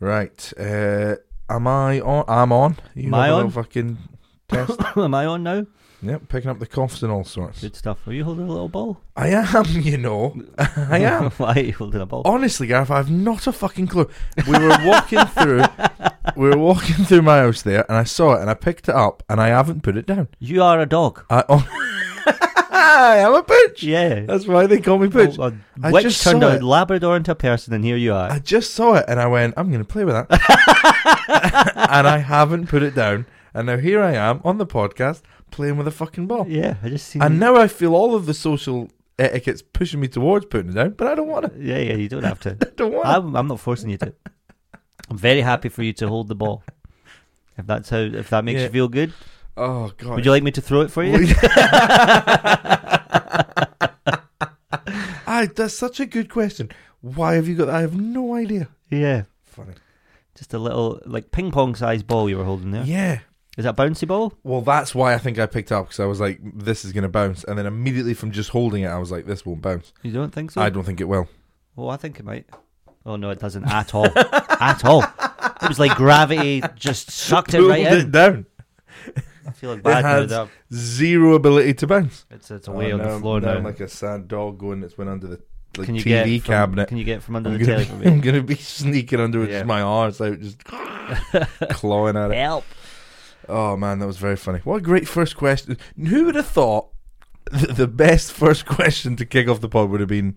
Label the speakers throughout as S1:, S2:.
S1: right. Uh, am I on? I'm on. You
S2: Am I
S1: have a
S2: on?
S1: little fucking test.
S2: Am I on now?
S1: yep, picking up the coughs and all sorts.
S2: Good stuff. Are you holding a little ball?
S1: I am, you know. I am.
S2: Why are you holding a ball?
S1: Honestly, Gareth, I've not a fucking clue. We were walking through, we were walking through my house there, and I saw it, and I picked it up, and I haven't put it down.
S2: You are a dog.
S1: I, on- I am a bitch.
S2: Yeah.
S1: That's why they call me bitch.
S2: Oh,
S1: I
S2: a witch
S1: just
S2: turned
S1: saw
S2: a
S1: it.
S2: Labrador into a person, and here you are.
S1: I just saw it and I went, I'm going to play with that. and I haven't put it down. And now here I am on the podcast playing with a fucking ball.
S2: yeah, I just seen.
S1: And now I feel all of the social etiquette's pushing me towards putting it down, but I don't want to.
S2: yeah, yeah, you don't have to.
S1: I don't want
S2: I'm, I'm not forcing you to. I'm very happy for you to hold the ball. If that's how, if that makes
S1: Yeah.
S2: you feel good,
S1: to. Oh, God.
S2: would you like me to throw it for you?
S1: I, that's such a good question. Why have you got that? I have no idea.
S2: yeah,
S1: Funny.
S2: just a little like ping pong sized ball you were holding there.
S1: Yeah.
S2: Is that a bouncy ball?
S1: Well, that's why I think I picked it up because I was like, this is going to bounce. And then immediately from just holding it, I was like, this won't bounce.
S2: You don't think so?
S1: I don't think it will.
S2: Oh, I think it might. Oh no, it doesn't at all. at all. It was like gravity just sucked it
S1: Pulled
S2: right
S1: it
S2: in.
S1: down.
S2: I feel like bad now.
S1: has-
S2: that-
S1: Zero ability to bounce.
S2: It's it's
S1: Oh,
S2: away on
S1: now
S2: the
S1: I'm-
S2: floor
S1: now
S2: now.
S1: I'm like a sad dog going that's went under the like,
S2: can you get
S1: TV
S2: from-
S1: cabinet.
S2: Can you get from under
S1: I'm
S2: the
S1: gonna,
S2: telly
S1: be,
S2: for
S1: I'm
S2: me?
S1: gonna be sneaking under with
S2: Yeah.
S1: just my arms out, just clawing at it.
S2: Help!
S1: Oh man, that was very funny. What a great first question. Who would have thought th- the best first question to kick off the pod would have been?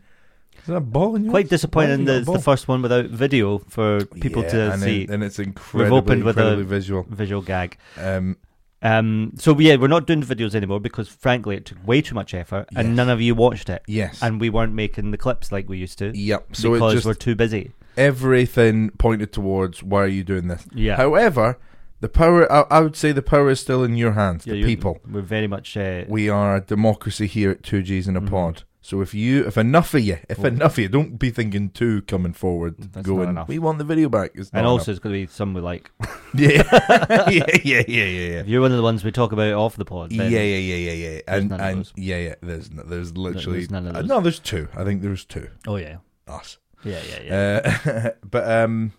S1: Is that a ball in your
S2: Quite
S1: Why have
S2: disappointing.
S1: you got a
S2: that It's the
S1: ball?
S2: first one without video for people
S1: Yeah,
S2: to
S1: and
S2: see.
S1: It, and it's incredibly,
S2: opened with a-
S1: incredibly visual.
S2: Visual gag.
S1: Um,
S2: Um, so yeah, we're not doing videos anymore because frankly, it took way too much effort,
S1: Yes.
S2: and none of you watched it,
S1: yes.
S2: and we weren't making the clips like we used to
S1: yep. So
S2: because
S1: it just
S2: we're too busy.
S1: everything pointed towards why are you doing this?
S2: Yeah.
S1: However, the power, I, I would say the power is still in your hands,
S2: Yeah,
S1: the
S2: you-
S1: people.
S2: We're very much. Uh,
S1: We are a democracy here at 2Gs in a
S2: Mhm.
S1: pod. So if you, if enough of you, if
S2: Well-
S1: enough of you, don't be thinking two coming forward
S2: That's not
S1: going,
S2: enough.
S1: we want the video back. It's not
S2: and also,
S1: enough.
S2: it's going to be some we like.
S1: yeah. yeah, yeah, yeah, yeah, yeah.
S2: If you're one of the ones we talk about off the pod,
S1: Yeah,
S2: then
S1: yeah, yeah, yeah, yeah, and
S2: none of
S1: and
S2: those.
S1: yeah, yeah. There's n- there's literally
S2: none of
S1: uh,
S2: those.
S1: no. There's two. I think there's two.
S2: Oh yeah,
S1: Us.
S2: yeah, yeah, yeah.
S1: Uh, but um,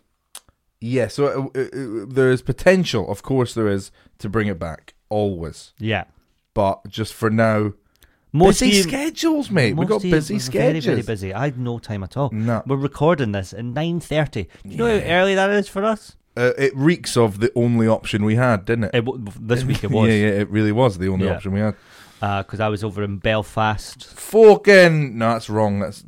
S1: yeah. So uh, uh, uh, there is potential, of course, there is to bring it back always.
S2: yeah.
S1: But just for now,
S2: Most
S1: busy
S2: of you-
S1: schedules, mate. We
S2: most
S1: got
S2: of you
S1: busy
S2: were
S1: schedules.
S2: Very, very busy. I had no time at all.
S1: No,
S2: We're recording this at nine thirty. Do you know how
S1: Yeah.
S2: early that is for us?
S1: uh, it reeks of the only option we had, didn't it?
S2: It, w- this week it was.
S1: yeah, yeah. It really was the only
S2: Yeah.
S1: option we had.
S2: because I was over in Belfast.
S1: Fucking no, that's wrong. That's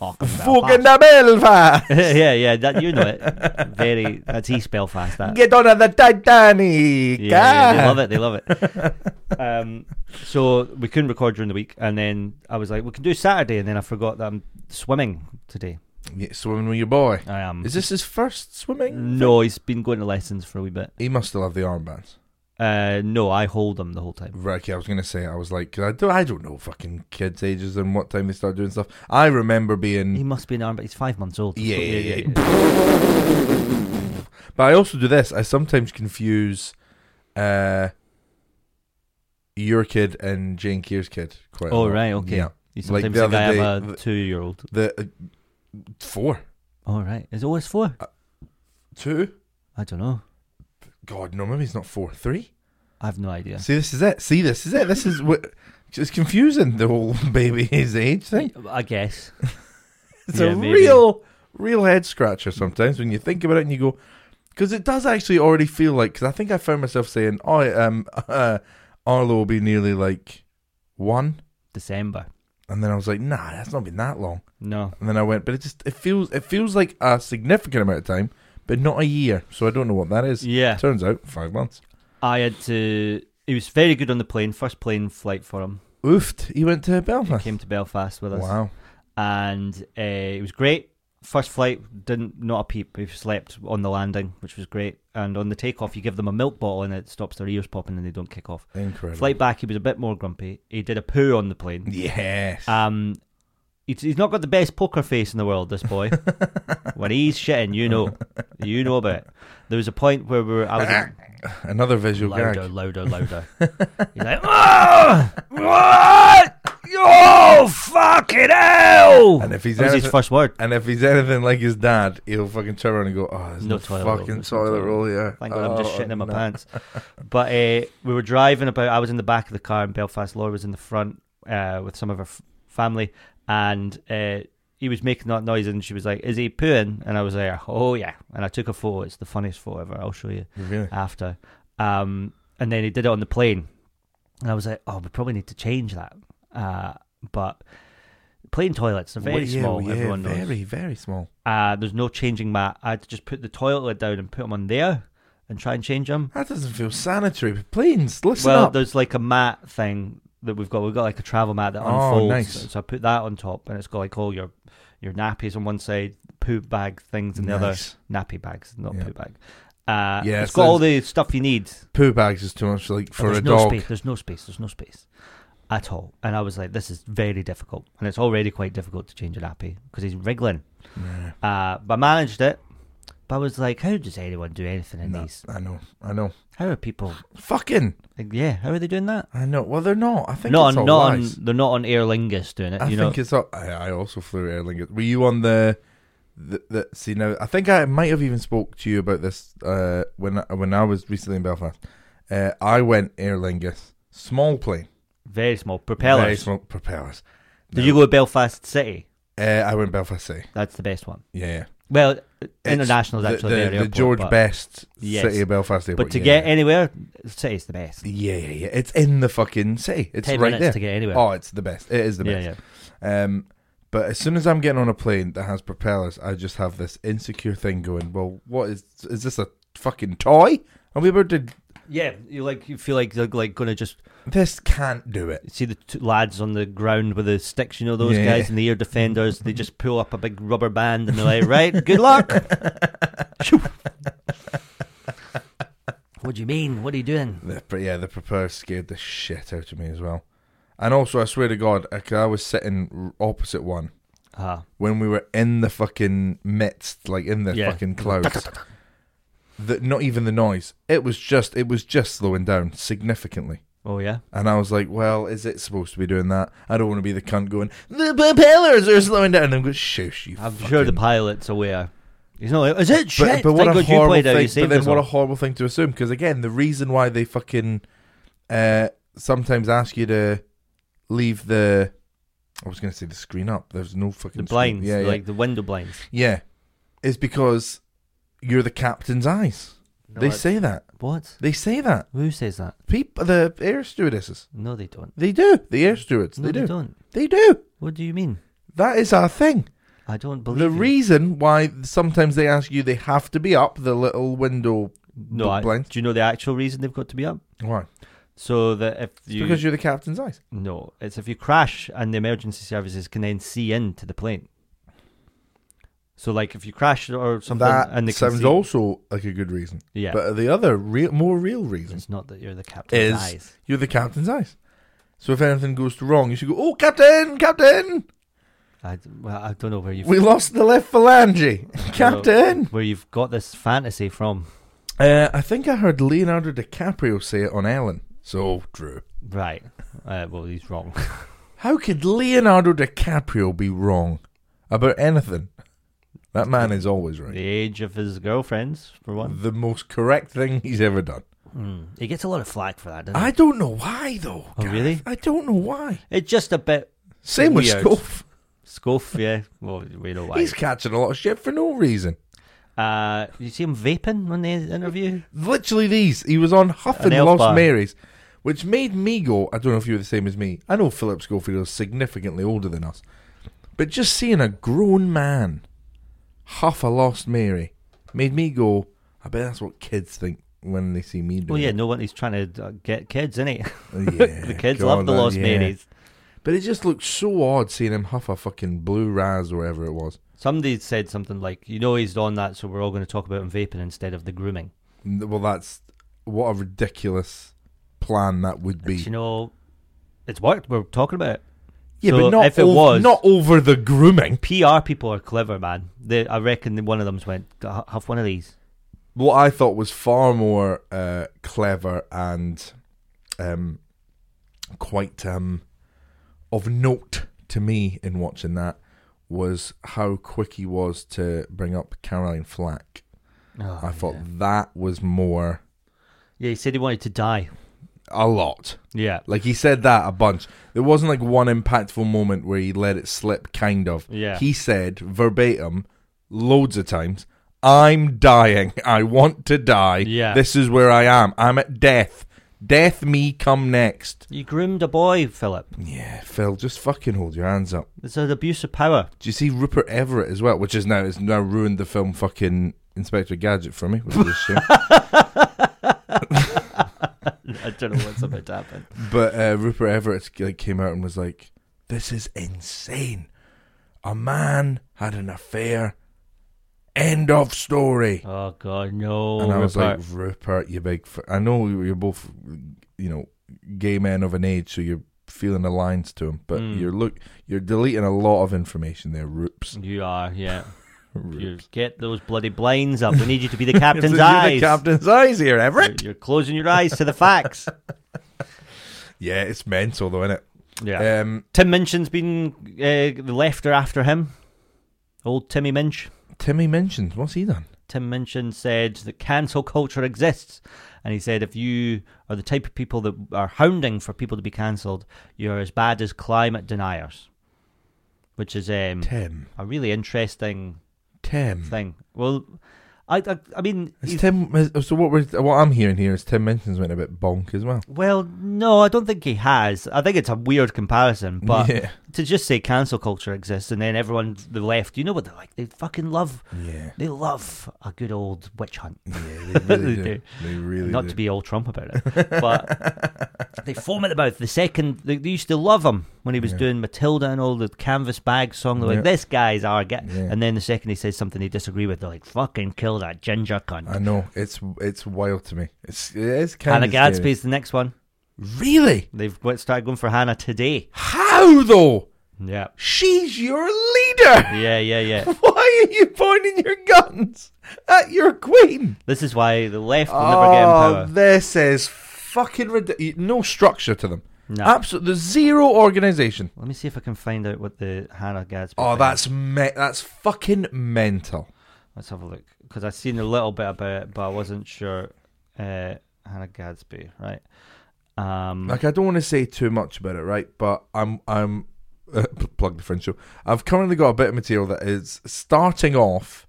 S2: Fucking
S1: fucking
S2: Belfast.
S1: the Belfast.
S2: yeah, yeah, that you know it. Very, that's East Belfast. That.
S1: Get on the Titanic.
S2: Yeah, yeah, they
S1: ah.
S2: love it. They love it. um, so we couldn't record during the week, and then I was like, we can do Saturday, and then I forgot that I'm swimming today.
S1: Yeah, swimming with your boy.
S2: I am.
S1: Is this his first swimming?
S2: Mm. No, he's been going to lessons for a wee bit.
S1: He must still have the armbands.
S2: Uh, no, I hold him the whole time.
S1: Right, okay, I was gonna say I was like, 'cause I do I don't know fucking kids' ages and what time they start doing stuff. I remember
S2: He
S1: being
S2: must be an arm, but he's five months old.
S1: Mm. yeah,
S2: So-
S1: yeah, yeah, But I also do this. I sometimes confuse, uh, your kid and Jane Keir's kid. Quite. a
S2: Oh
S1: lot.
S2: right, okay.
S1: Yeah,
S2: You
S1: Like
S2: sometimes
S1: the
S2: think
S1: other
S2: I
S1: day,
S2: am a
S1: the-
S2: two-year-old.
S1: the uh, four,
S2: All right, is it always four?
S1: two.
S2: I don't know.
S1: God, no, maybe it's not four, three.
S2: I've no idea.
S1: See, this is it. See, this is it. This is what. It's confusing the whole baby his age thing.
S2: I guess.
S1: It's
S2: Yeah,
S1: a
S2: maybe.
S1: real, real head scratcher sometimes when you think about it and you go, because it does actually already feel like. Because I think I found myself saying, "Oh, um, uh, Arlo will be nearly like one,"
S2: December.
S1: and then I was like, "Nah, that's not been that long."
S2: No.
S1: And then I went, "But it just it feels it feels like a significant amount of time, but not a year." So I don't know what that is.
S2: Yeah,
S1: Turns out five months.
S2: I had to. He was very good on the plane. First plane flight for him.
S1: Oofed. He went to
S2: He
S1: Belfast.
S2: came to Belfast with us,
S1: Wow.
S2: and uh, it was great. First flight didn't not a peep. We slept on the landing, which was great. And on the takeoff, you give them a milk bottle, and it stops their ears popping, and they don't kick off.
S1: Incredible.
S2: Flight back, he was a bit more grumpy. He did a poo on the plane.
S1: Yes.
S2: Um, he's, he's not got the best poker face in the world, this boy. when he's shitting, you know, you know about it. There was a point where we were, I was like,
S1: Another visual
S2: louder, "Oh,
S1: gag.
S2: louder, louder. he's like, "Ah! what? Oh fucking hell!
S1: And if he's
S2: that was his
S1: anything-
S2: first word.
S1: And if he's anything like his dad, he'll fucking turn around and go, "Oh, there's
S2: No
S1: no,
S2: toilet roll,
S1: fucking
S2: there's no
S1: toilet
S2: toilet
S1: roll here."
S2: Thank God I'm just
S1: Oh,
S2: shitting in my
S1: no.
S2: pants. But uh, we were driving about. I was in the back of the car, and Belfast Laura was in the front uh, with some of her f- family, and uh, he was making that noise, and she was like, "Is he pooing?" And I was like, "Oh yeah." And I took a photo. It's the funniest photo ever. I'll show you
S1: Really?
S2: after. Um, and then he did it on the plane, and I was like, "Oh, we probably need to change that." Uh, but plane toilets are very
S1: Well, yeah,
S2: small.
S1: well, yeah,
S2: everyone knows.
S1: very, very small.
S2: Uh, there's no changing mat. I had to just put the toilet lid down and put them on there and try and change them.
S1: That doesn't feel sanitary. But planes, listen
S2: well,
S1: up.
S2: there's like a mat thing that we've got. We've got like a travel mat that
S1: Oh,
S2: unfolds.
S1: nice.
S2: So I put that on top, and it's got like all your your nappies on one side, poop bag things on the
S1: Nice.
S2: other, nappy bags, not
S1: Yeah.
S2: poop bag. Uh,
S1: Yeah,
S2: it's
S1: so
S2: got all the stuff you need.
S1: Poo bags is too much, like
S2: but
S1: for
S2: Oh, there's
S1: a
S2: no
S1: dog.
S2: space. There's no space. There's no space at all. And I was like, this is very difficult, and it's already quite difficult to change a nappy because he's wriggling.
S1: Yeah.
S2: Uh, but I managed it. But I was like, how does anyone do anything in
S1: No,
S2: these?
S1: I know, I know.
S2: How are people?
S1: Fucking,
S2: Like, yeah, how are they doing that?
S1: I know. Well, they're not. I think
S2: Not
S1: it's all
S2: on, not on,
S1: lies.
S2: they're not on Aer Lingus doing it.
S1: I
S2: you
S1: think
S2: know,
S1: it's all. I, I also flew Aer Lingus. Were you on the, the, the? See now, I think I might have even spoke to you about this uh, when I- when I was recently in Belfast. Uh, I went Aer Lingus, small plane,
S2: very small propellers.
S1: very small propellers.
S2: Did you go to Belfast City?
S1: Uh, I went Belfast City.
S2: That's the best one.
S1: Yeah, yeah.
S2: Well,
S1: It's
S2: international's
S1: the,
S2: actually
S1: the,
S2: their
S1: the
S2: airport,
S1: George
S2: but,
S1: Best
S2: Yes.
S1: City of Belfast Airport.
S2: But to
S1: yeah.
S2: get anywhere, City's the best.
S1: yeah, yeah, yeah, it's in the fucking city. It's
S2: Ten
S1: right
S2: minutes
S1: there.
S2: to get anywhere.
S1: Oh, it's the best. It is the
S2: yeah,
S1: best.
S2: yeah.
S1: Um, but as soon as I'm getting on a plane that has propellers, I just have this insecure thing going. Well, what is is this a fucking toy? Are we about to?
S2: Yeah, you like you feel like you're like gonna just
S1: This can't do it.
S2: see the two lads on the ground with the sticks. You know those
S1: Yeah.
S2: guys in the ear defenders. They just pull up a big rubber band and they're like, "Right, good luck." what do you mean? What are you doing?
S1: The, but yeah, the propellers scared the shit out of me as well. And also, I swear to God, I, 'cause I was sitting r- opposite one
S2: Ah,
S1: when we were in the fucking midst, like in the
S2: Yeah.
S1: fucking clouds. the, not even the noise. It was just, it was just slowing down significantly.
S2: oh yeah.
S1: And I was like, well, is it supposed to be doing that? I don't want to be the cunt going, the propellers are slowing down. And I'm going, shush, you
S2: I'm
S1: fucking-"
S2: sure the pilot's aware. He's not like, is it
S1: But,
S2: shit?
S1: but what
S2: Thank
S1: a
S2: God you
S1: horrible
S2: played out, you
S1: thing, but
S2: saved
S1: then
S2: us
S1: what a
S2: all.
S1: horrible thing to assume. Because again, the reason why they fucking uh, sometimes ask you to leave the, I was going to say the screen up. There's no fucking
S2: The
S1: screen.
S2: blinds,
S1: Yeah, yeah.
S2: like the window blinds.
S1: yeah. It's because you're the captain's eyes. they say that.
S2: What?
S1: They say that.
S2: Who says that?
S1: People, the air stewardesses.
S2: No, they don't.
S1: They do. The air stewards.
S2: No,
S1: they
S2: they,
S1: do.
S2: not
S1: They do.
S2: What do you mean?
S1: That is our thing.
S2: I don't believe
S1: The
S2: you.
S1: reason why sometimes they ask you they have to be up the little window.
S2: no, I, do
S1: blinds.
S2: you know the actual reason they've got to be up?
S1: Why?
S2: So that if
S1: It's
S2: you
S1: because you're the captain's eyes.
S2: No, it's if you crash and the emergency services can then see into the plane. So, like, if you crash or something,
S1: that
S2: and they can
S1: sounds
S2: see-
S1: also like a good reason.
S2: yeah,
S1: But the other real, more real reason,
S2: it's not that you're the
S1: Is-
S2: captain's eyes.
S1: you're the captain's eyes. So if anything goes wrong, you should go, "Oh, captain, captain,
S2: I, d- well, I don't know where you've
S1: we lost the left phalange, captain."
S2: where you've got this fantasy from,
S1: Uh, I think I heard Leonardo DiCaprio say it on Ellen. So true.
S2: right? Uh, well, he's wrong.
S1: How could Leonardo DiCaprio be wrong about anything? That man is always right.
S2: the age of his girlfriends, for one.
S1: the most correct thing he's ever done.
S2: Hmm. He gets a lot of flack for that, doesn't
S1: I
S2: he?
S1: don't know why though.
S2: Oh,
S1: Gareth.
S2: really? uh,
S1: I don't know why.
S2: It's just a bit
S1: Same with
S2: Weird.
S1: Scoff.
S2: scoff, yeah. Well, we know why.
S1: He's catching a lot of shit for no reason.
S2: Uh, you see him vaping on the interview.
S1: Literally these. He was on Huff
S2: An
S1: and
S2: elf
S1: Lost
S2: bar.
S1: Mary's, which made me go, I don't know if you were the same as me. I know Philip Schofield is significantly older than us. But just seeing a grown man huff a Lost Mary made me go, I bet that's what kids think when they see me do
S2: Well, yeah,
S1: it.
S2: no one. He's trying to uh, get kids, isn't he?
S1: yeah.
S2: the kids
S1: God,
S2: love the
S1: that-
S2: Lost
S1: yeah.
S2: Marys.
S1: But it just looked so odd seeing him huff a fucking blue raz or whatever it was.
S2: Somebody said something like, "You know, he's on that, so we're all going to talk about him vaping instead of the grooming."
S1: N- Well, that's what a ridiculous plan that would
S2: But,
S1: be.
S2: you know, it's worked. We're talking about it.
S1: yeah,
S2: so
S1: but not
S2: if it
S1: ov-
S2: was-
S1: not over the grooming.
S2: PR people are clever, man. They, I reckon that one of them's went "H- have one of these.
S1: What I thought was far more uh, clever and um, quite um, of note to me in watching that was how quick he was to bring up Caroline Flack.
S2: Oh,
S1: I thought
S2: Yeah.
S1: that was more
S2: Yeah, he said he wanted to die.
S1: a lot.
S2: Yeah.
S1: Like he said that a bunch. There wasn't like one impactful moment where he let it slip, kind of.
S2: Yeah.
S1: He said verbatim, loads of times, I'm dying. I want to die.
S2: Yeah.
S1: This is where I am. I'm at death. Death me come next.
S2: You groomed a boy, Philip.
S1: Yeah, Phil, just fucking hold your hands up.
S2: It's an abuse of power.
S1: Do you see Rupert Everett as well? Which is now has now ruined the film fucking Inspector Gadget for me, which is a shame.
S2: I don't know what's about to happen.
S1: But uh, Rupert Everett like, came out and was like, "This is insane. A man had an affair. End of story."
S2: Oh God, no!
S1: and I was
S2: Rupert.
S1: like, "Rupert, you big. F- I know you're both, you know, gay men of an age, so you're feeling aligned to him. But
S2: Mm.
S1: you're look, you're deleting a lot of information there, Rupes.
S2: you are, yeah.
S1: Rupes.
S2: You get those bloody blinds up. We need you to be the captain's
S1: You're
S2: eyes.
S1: The captain's eyes here, Everett.
S2: You're, you're closing your eyes to the facts.
S1: Yeah, it's mental though, isn't it?
S2: Yeah.
S1: Um,
S2: Tim Minchin's been uh, left or after him. Old Timmy Minch.
S1: Timmy mentions what's he done?
S2: Tim Minchin said that cancel culture exists. And he said, if you are the type of people that are hounding for people to be cancelled, you're as bad as climate deniers, which is um,
S1: Tim.
S2: a really interesting
S1: Tim.
S2: thing. Well, I, I, I mean,
S1: Is
S2: he's-
S1: Tim is- so what we're what I'm hearing here is Tim Minchin's went a bit bonk as well.
S2: well, no, I don't think he has. I think it's a weird comparison, but
S1: yeah.
S2: to just say cancel culture exists and then everyone the left, you know what they're like? They fucking love
S1: Yeah.
S2: they love a good old witch hunt.
S1: Yeah, they really
S2: They
S1: do.
S2: do.
S1: They really
S2: Not
S1: do.
S2: to be all Trump about it, but they foam at the mouth. The second they, they used to love him when he was
S1: Yeah.
S2: doing Matilda and all the canvas bag song. They're
S1: Yeah.
S2: like, "This guy's our guy,"
S1: Yeah.
S2: and then the second he says something they disagree with, they're like, "Fucking kill that ginger cunt."
S1: I know it's it's wild to me. It's it's kind
S2: Hannah
S1: of
S2: Gadsby's the next one.
S1: Really?
S2: They've went- started going for Hannah today.
S1: How though?
S2: Yeah,
S1: She's your leader.
S2: yeah, yeah, yeah.
S1: Why are you pointing your guns at your queen?
S2: this is why the left will never
S1: Oh.
S2: get in power.
S1: this is fucking ridiculous. No structure to them.
S2: No.
S1: Absolutely, there's zero organization.
S2: Let me see if I can find out what the Hannah Gadsby.
S1: Oh,
S2: thing is.
S1: that's me- that's fucking mental.
S2: Let's have a look because I seen a little bit about it, but I wasn't sure. Uh, Hannah Gadsby, right? Um,
S1: Like I don't want to say too much about it, right? But I'm I'm uh, p- plug the French show. I've currently got a bit of material that is starting off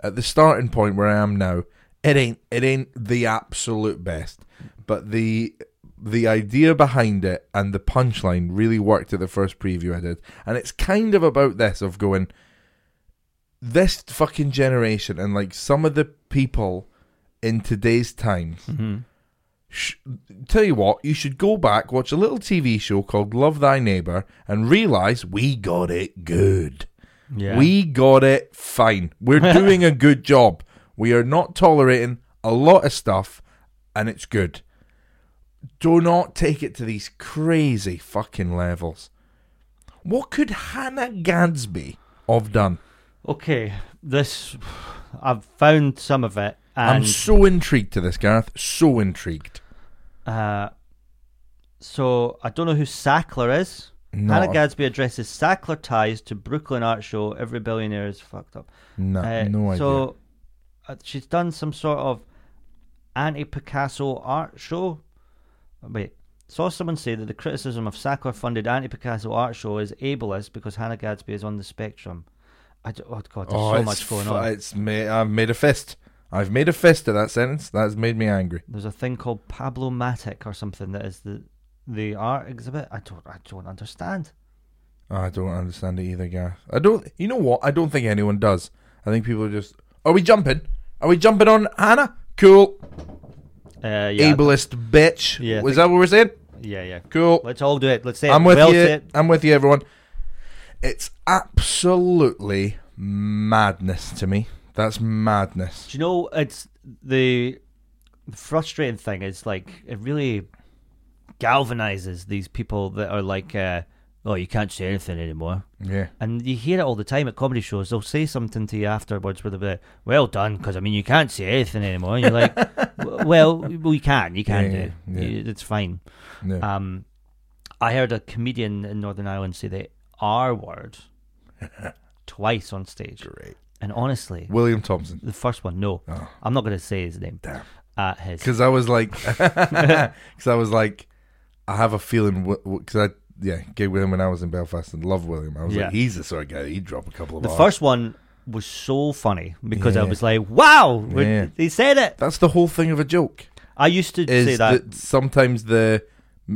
S1: at the starting point where I am now. It ain't it ain't the absolute best, but the the idea behind it and the punchline really worked at the first preview I did, and it's kind of about this of going this fucking generation and like some of the people in today's times
S2: mhm.
S1: sh- tell you what, you should go back, watch a little TV show called Love Thy Neighbor, and realize we got it good.
S2: Yeah.
S1: We got it fine. We're doing a good job. We are not tolerating a lot of stuff, and it's good. Do not take it to these crazy fucking levels. What could Hannah Gadsby have done?
S2: okay. This I've found some of it,
S1: I'm
S2: and
S1: so intrigued to this, Gareth. So intrigued.
S2: uh, so I don't know who Sackler is.
S1: No,
S2: Hannah
S1: I-
S2: Gadsby addresses Sackler ties to Brooklyn art show. Every billionaire is fucked up.
S1: No,
S2: Uh,
S1: no idea.
S2: So uh, she's done some sort of anti Picasso art show. Wait, saw someone say that the criticism of Sackler funded anti Picasso art show is ableist because Hannah Gadsby is on the spectrum. I d- oh god, there's so
S1: it's
S2: much going
S1: fu-
S2: on.
S1: It's ma- I've made a fist. I've made a fist of that sentence. That's made me angry.
S2: There's a thing called Pablo Matic or something that is the the art exhibit. I don't I don't understand.
S1: Oh, I don't understand it either, Gareth. I don't. You know what? I don't think anyone does. I think people are just. Are we jumping? Are we jumping on Hannah? Cool.
S2: Uh, yeah,
S1: Ableist bitch.
S2: Yeah, I
S1: Was that what we're saying?
S2: yeah, yeah.
S1: Cool.
S2: Let's all do it. Let's say it.
S1: I'm with
S2: Well
S1: you.
S2: said.
S1: I'm with you, everyone. It's absolutely madness to me. That's madness.
S2: Do you know it's the frustrating thing is like it really galvanizes these people that are like, uh, oh, you can't say anything anymore.
S1: Yeah.
S2: And you hear it all the time at comedy shows. They'll say something to you afterwards where they'll be like, well done, because I mean, you can't say anything anymore. And you're like, "W- well, we can, you
S1: Yeah,
S2: can do.
S1: yeah, yeah.
S2: You- It's fine.
S1: yeah.
S2: Um, I heard a comedian in Northern Ireland say the R word twice on stage.
S1: Great.
S2: And honestly,
S1: William Thompson.
S2: the first one, no.
S1: Oh.
S2: I'm not going to say his name.
S1: Damn.
S2: Uh, his.
S1: Because I was like, because I was like, I have a feeling because I yeah gave William when I was in Belfast and loved William. I was
S2: Yeah.
S1: like, he's the sort of guy he'd drop a couple of.
S2: The
S1: Rs.
S2: first one was so funny because I
S1: Yeah.
S2: was like, wow, we-
S1: Yeah.
S2: they said it.
S1: That's the whole thing of a joke.
S2: I used to
S1: Is
S2: say that.
S1: that sometimes the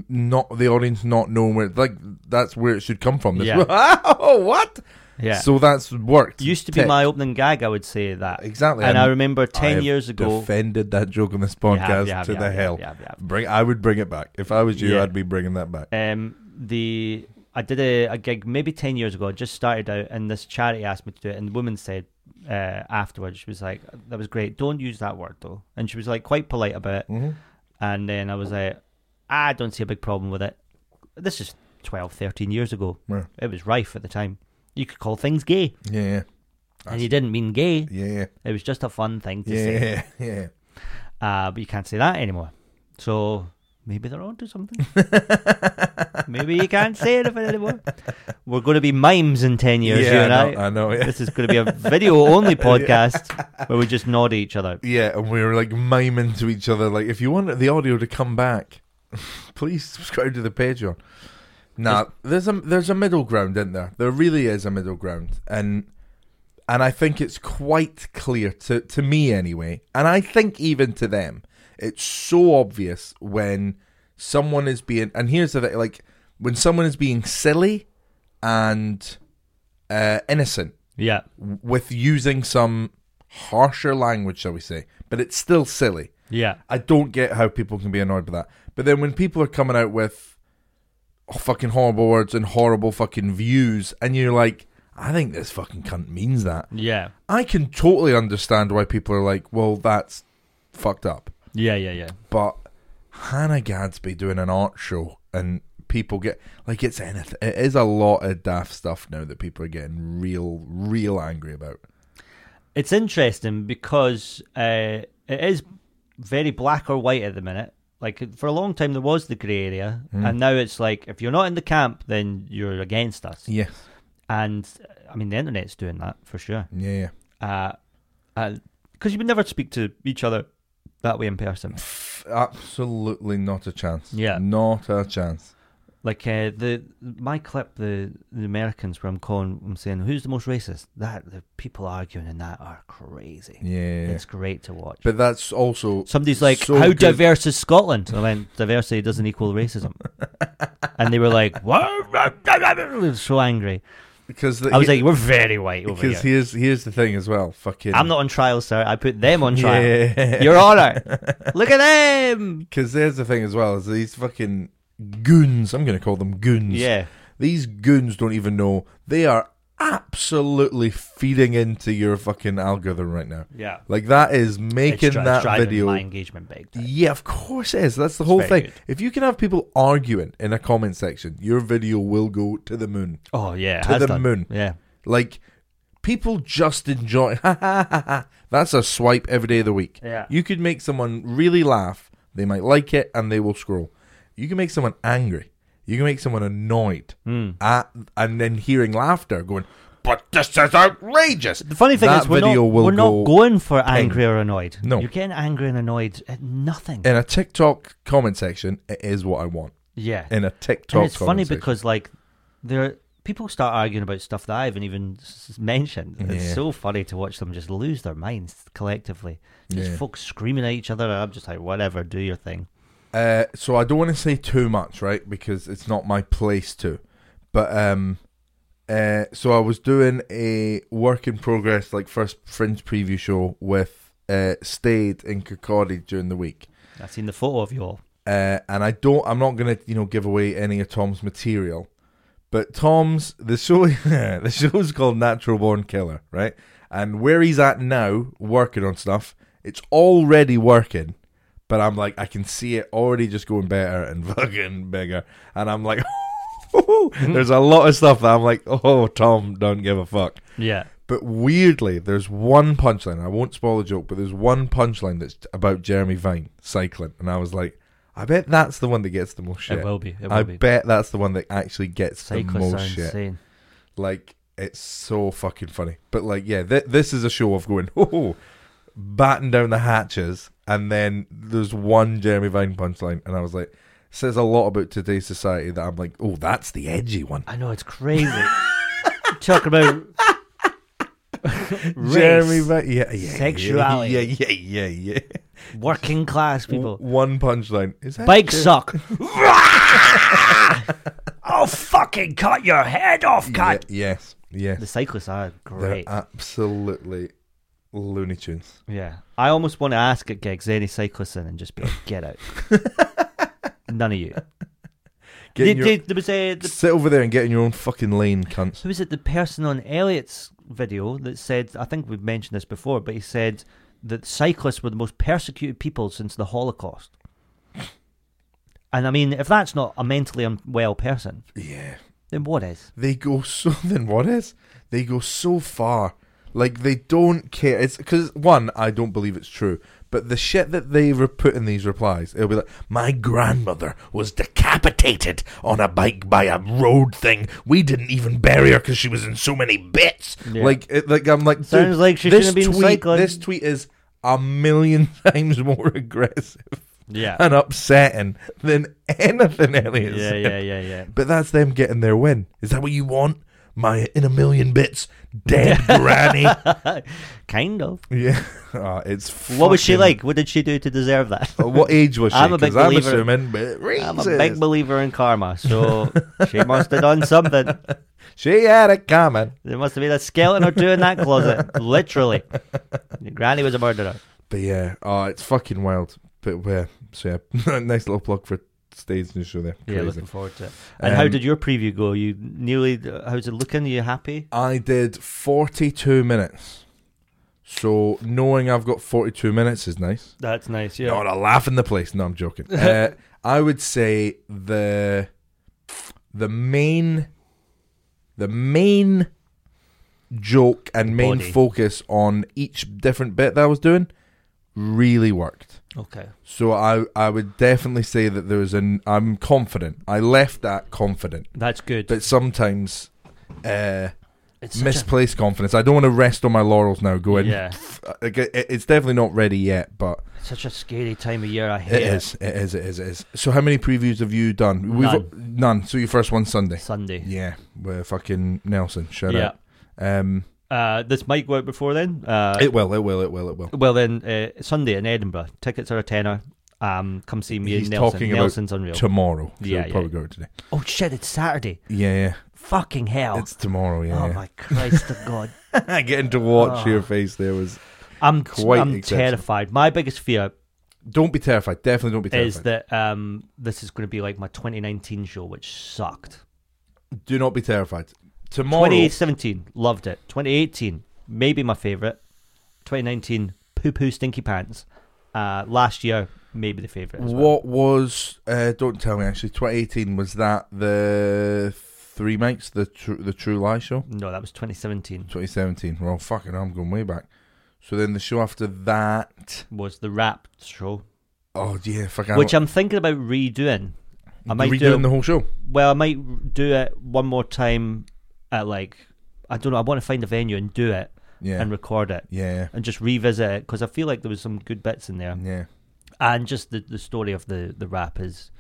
S1: not the audience not knowing where like that's where it should come from. This,
S2: Yeah.
S1: oh what?
S2: yeah.
S1: So that's worked.
S2: used to be
S1: Tick.
S2: my opening gag, I would say that.
S1: exactly.
S2: And I remember 10
S1: have
S2: years ago.
S1: defended that joke on this
S2: Yeah,
S1: podcast
S2: yeah,
S1: to
S2: yeah,
S1: the
S2: yeah,
S1: hell.
S2: yeah, yeah.
S1: Bring I would bring it back if I was you.
S2: Yeah.
S1: I'd be bringing that back.
S2: Um, the I did a, a gig maybe ten years ago. I just started out, and this charity asked me to do it. And the woman said uh, afterwards, she was like, "That was great. Don't use that word though." And she was like quite polite about it.
S1: Mhm.
S2: And then I was like, "Ah, "I don't see a big problem with it." This is 12, 13 years ago.
S1: Yeah.
S2: It was rife at the time. You could call things gay,
S1: Yeah,
S2: and you didn't mean gay.
S1: yeah,
S2: It was just a fun thing to say.
S1: yeah, yeah.
S2: Uh, but you can't say that anymore. So maybe they're onto something. maybe you can't say it anymore. We're going to be mimes in 10 years, you
S1: I
S2: and
S1: know,
S2: I.
S1: I know. Yeah.
S2: This is going to be a video only podcast where we just nod at each other.
S1: Yeah, and we were like miming to each other, like, if you want the audio to come back, please subscribe to the Patreon. Nah, there's a there's a middle ground, isn't there? There really is a middle ground, and and I think it's quite clear to to me anyway, and I think even to them, it's so obvious when someone is being and here's the thing, like when someone is being silly and uh, innocent
S2: Yeah.
S1: with using some harsher language, shall we say, but it's still silly.
S2: Yeah.
S1: I don't get how people can be annoyed by that. But then when people are coming out with oh, fucking horrible words and horrible fucking views, and you're like, I think this fucking cunt means that.
S2: Yeah.
S1: I can totally understand why people are like, well, that's fucked up.
S2: Yeah. Yeah. Yeah.
S1: But Hannah Gadsby doing an art show and people get like it's anything. It is a lot of daft stuff now that people are getting real, real angry about.
S2: It's interesting because uh, it is very black or white at the minute. Like for a long time, there was the grey area, and now it's like if you're not in the camp, then you're against us.
S1: Yes.
S2: and uh, I mean the internet's doing that for sure.
S1: Yeah, yeah.
S2: Because you would never speak to each other that way in person.
S1: Pff, Absolutely not a chance.
S2: Yeah.
S1: Not a chance.
S2: Like uh, the my clip, the the Americans, where I'm calling, I'm saying, who's the most racist? That the people arguing in that are crazy.
S1: Yeah.
S2: It's great to watch.
S1: But that's also
S2: Somebody's like,
S1: so
S2: "How
S1: good-
S2: diverse is Scotland?" And I went, "Diversity doesn't equal racism." and they were like, "What?" so angry.
S1: because the,
S2: I was like, "We're very white over here."
S1: because here's here's the thing as well. Fucking
S2: I'm not on trial, sir. I put them on trial.
S1: Yeah.
S2: Your Honor, look at them.
S1: Because there's the thing as well is these fucking goons. I'm going to call them goons.
S2: Yeah,
S1: These goons don't even know they are absolutely feeding into your fucking algorithm right now.
S2: yeah.
S1: Like that is making
S2: It's dri- it's
S1: that
S2: driving
S1: video
S2: my engagement big. time.
S1: Yeah, of course it is. That's the whole
S2: very
S1: thing.
S2: good.
S1: If you can have people arguing in a comment section, your video will go to the moon.
S2: Oh yeah, it
S1: To
S2: has
S1: the
S2: done.
S1: moon.
S2: Yeah,
S1: Like people just enjoy. That's a swipe every day of the week.
S2: Yeah.
S1: You could make someone really laugh. They might like it and they will scroll. You can make someone angry. You can make someone annoyed
S2: Mm.
S1: at, and then hearing laughter going, but this is outrageous.
S2: the funny thing
S1: That
S2: is, we're not,
S1: video will
S2: we're
S1: go
S2: not going for angry or annoyed.
S1: No. Eh.
S2: you're getting angry and annoyed at nothing.
S1: in a TikTok comment section, it is what I want.
S2: yeah,
S1: In a TikTok
S2: and it's
S1: comment
S2: funny
S1: section.
S2: because like there people start arguing about stuff that I haven't even s- s- mentioned. It's
S1: Yeah.
S2: so funny to watch them just lose their minds collectively. Just
S1: Yeah.
S2: folks screaming at each other, and I'm just like, whatever, do your thing.
S1: Uh, so I don't want to say too much, right? Because it's not my place to. But um, uh, so I was doing a work in progress, like first Fringe preview show with uh, Stayed in Kirkcaldy during the week.
S2: I've seen the photo of you all.
S1: Uh, and I don't, I'm not gonna, you know, give away any of Tom's material. But Tom's the show, the show's called Natural Born Killer, right? And where he's at now, working on stuff, it's already working. But I'm like, I can see it already just going better and fucking bigger. And I'm like, there's a lot of stuff that I'm like, oh, Tom, don't give a fuck.
S2: Yeah.
S1: But weirdly, there's one punchline. I won't spoil the joke, but there's one punchline that's about Jeremy Vine cycling, and I was like, I bet that's the one that gets the most shit.
S2: It will be. It will
S1: I
S2: be.
S1: bet that's the one that actually gets the
S2: Cyclists are
S1: most shit.
S2: insane.
S1: Like it's so fucking funny. But like, yeah, th- this is a show of going, oh, batten down the hatches, and then there's one Jeremy Vine punchline, and I was like, says a lot about today's society that I'm like, oh, that's the edgy one.
S2: I know it's crazy. Talking about race,
S1: Jeremy Vine, yeah, yeah, yeah,
S2: Sexuality.
S1: yeah, yeah, yeah, yeah.
S2: working class people.
S1: W- one punchline is that
S2: Bikes
S1: Jer-
S2: suck. I'll Oh, fucking cut your head off,
S1: Yeah,
S2: cut.
S1: yes,
S2: The
S1: yes,
S2: cyclists are great.
S1: they're absolutely Looney Tunes.
S2: yeah, I almost want to ask at gigs any cyclists in and just be like, get out. None of you.
S1: Get
S2: They-
S1: in your-
S2: they- there was a the
S1: Sit over there and get in your own fucking lane, cunts.
S2: Who is it? The person on Elliot's video that said, I think we've mentioned this before, but he said that cyclists were the most persecuted people since the Holocaust. And I mean, if that's not a mentally unwell person,
S1: Yeah.
S2: then what is?
S1: They go so then what is? They go so far. Like they don't care. It's because one, I don't believe it's true. But the shit that they re- put in these replies, it'll be like, "My grandmother was decapitated on a bike by a road thing. We didn't even bury her because she was in so many bits."
S2: Yeah.
S1: Like, it, like I'm like,
S2: Sounds
S1: dude,
S2: like she
S1: this
S2: should've been
S1: tweet,
S2: cycling.
S1: This tweet is a million times more aggressive
S2: Yeah.
S1: and upsetting than anything Elliot
S2: Yeah,
S1: said.
S2: yeah, yeah, yeah.
S1: But that's them getting their win. Is that what you want? My in a million bits, dead granny.
S2: kind of.
S1: Yeah, Ah, it's.
S2: What was she
S1: fucking-
S2: like? What did she do to deserve that?
S1: Uh, What age was she?
S2: I'm a big
S1: 'Cause I'm
S2: believer-
S1: assuming, but
S2: I'm a
S1: racist.
S2: big believer in karma, so she must have done something.
S1: she had it coming.
S2: There must have been a skeleton or two in that closet, literally. Your granny was a murderer.
S1: But yeah, oh, it's fucking wild. But yeah, so yeah, nice little plug for stage news show there.
S2: Yeah,
S1: Crazy.
S2: looking forward to it. And how
S1: Um,
S2: did your preview go? You nearly. How's it looking? Are you happy?
S1: I did 42 minutes. So knowing I've got 42 minutes is nice.
S2: That's nice. Yeah.
S1: Not a laugh in the place. No, I'm joking. Uh, I would say the the main the main joke and main
S2: Body.
S1: focus on each different bit that I was doing really worked.
S2: Okay.
S1: So I I would definitely say that there was an I'm confident. I left that confident,
S2: That's good.
S1: but sometimes uh,
S2: it's such
S1: misplaced confidence. I don't want to rest on my laurels now. Going,
S2: Yeah.
S1: Like, it- it's definitely not ready yet, but
S2: a, it's such a scary time of year. I hate
S1: it is. It is. It is. It is. So, how many previews have you done?
S2: None.
S1: none. So, your first one Sunday.
S2: Sunday.
S1: Yeah, we're fucking Nelson. Shout
S2: Yeah.
S1: out. Um,
S2: Uh, this might go out before then. Uh,
S1: it will. It will. It will. It will.
S2: well then, uh, Sunday in Edinburgh. Tickets are a tenner. Um, come see me
S1: He's
S2: and Nelson.
S1: talking about
S2: Nelson's unreal.
S1: Tomorrow. So
S2: Yeah,
S1: yeah. We'll probably
S2: yeah.
S1: go out today.
S2: oh shit! It's Saturday.
S1: Yeah.
S2: Fucking hell.
S1: Yeah. It's tomorrow.
S2: oh
S1: Yeah.
S2: my Christ of God.
S1: yeah. Getting to watch
S2: Oh.
S1: your face there was.
S2: I'm
S1: Quite
S2: I'm
S1: exceptional.
S2: terrified. My biggest fear
S1: Don't be terrified. Definitely don't be terrified.
S2: is that um, this is going to be like my 2019 show, which sucked.
S1: Do not be terrified. Tomorrow.
S2: 2017, loved it. 2018, maybe my favorite. 2019, poo poo stinky pants. Uh, last year, maybe the favorite. As well.
S1: What was? Uh, don't tell me. Actually, 2018 was that the three mics, the tr- the True Lie show.
S2: No, that was 2017.
S1: 2017. Well, fucking, hell, I'm going way back. So then the show after that.
S2: Was the rap show,
S1: Oh yeah, fuck. I
S2: which
S1: don't-
S2: I'm thinking about redoing. I might
S1: redoing
S2: do
S1: the whole show.
S2: well. I might do it one more time at like I don't know. I want to find a venue and do it
S1: Yeah,
S2: and record it
S1: yeah,
S2: and just revisit it because I feel like there was some good bits in there.
S1: yeah.
S2: and just the, the story of the the rap is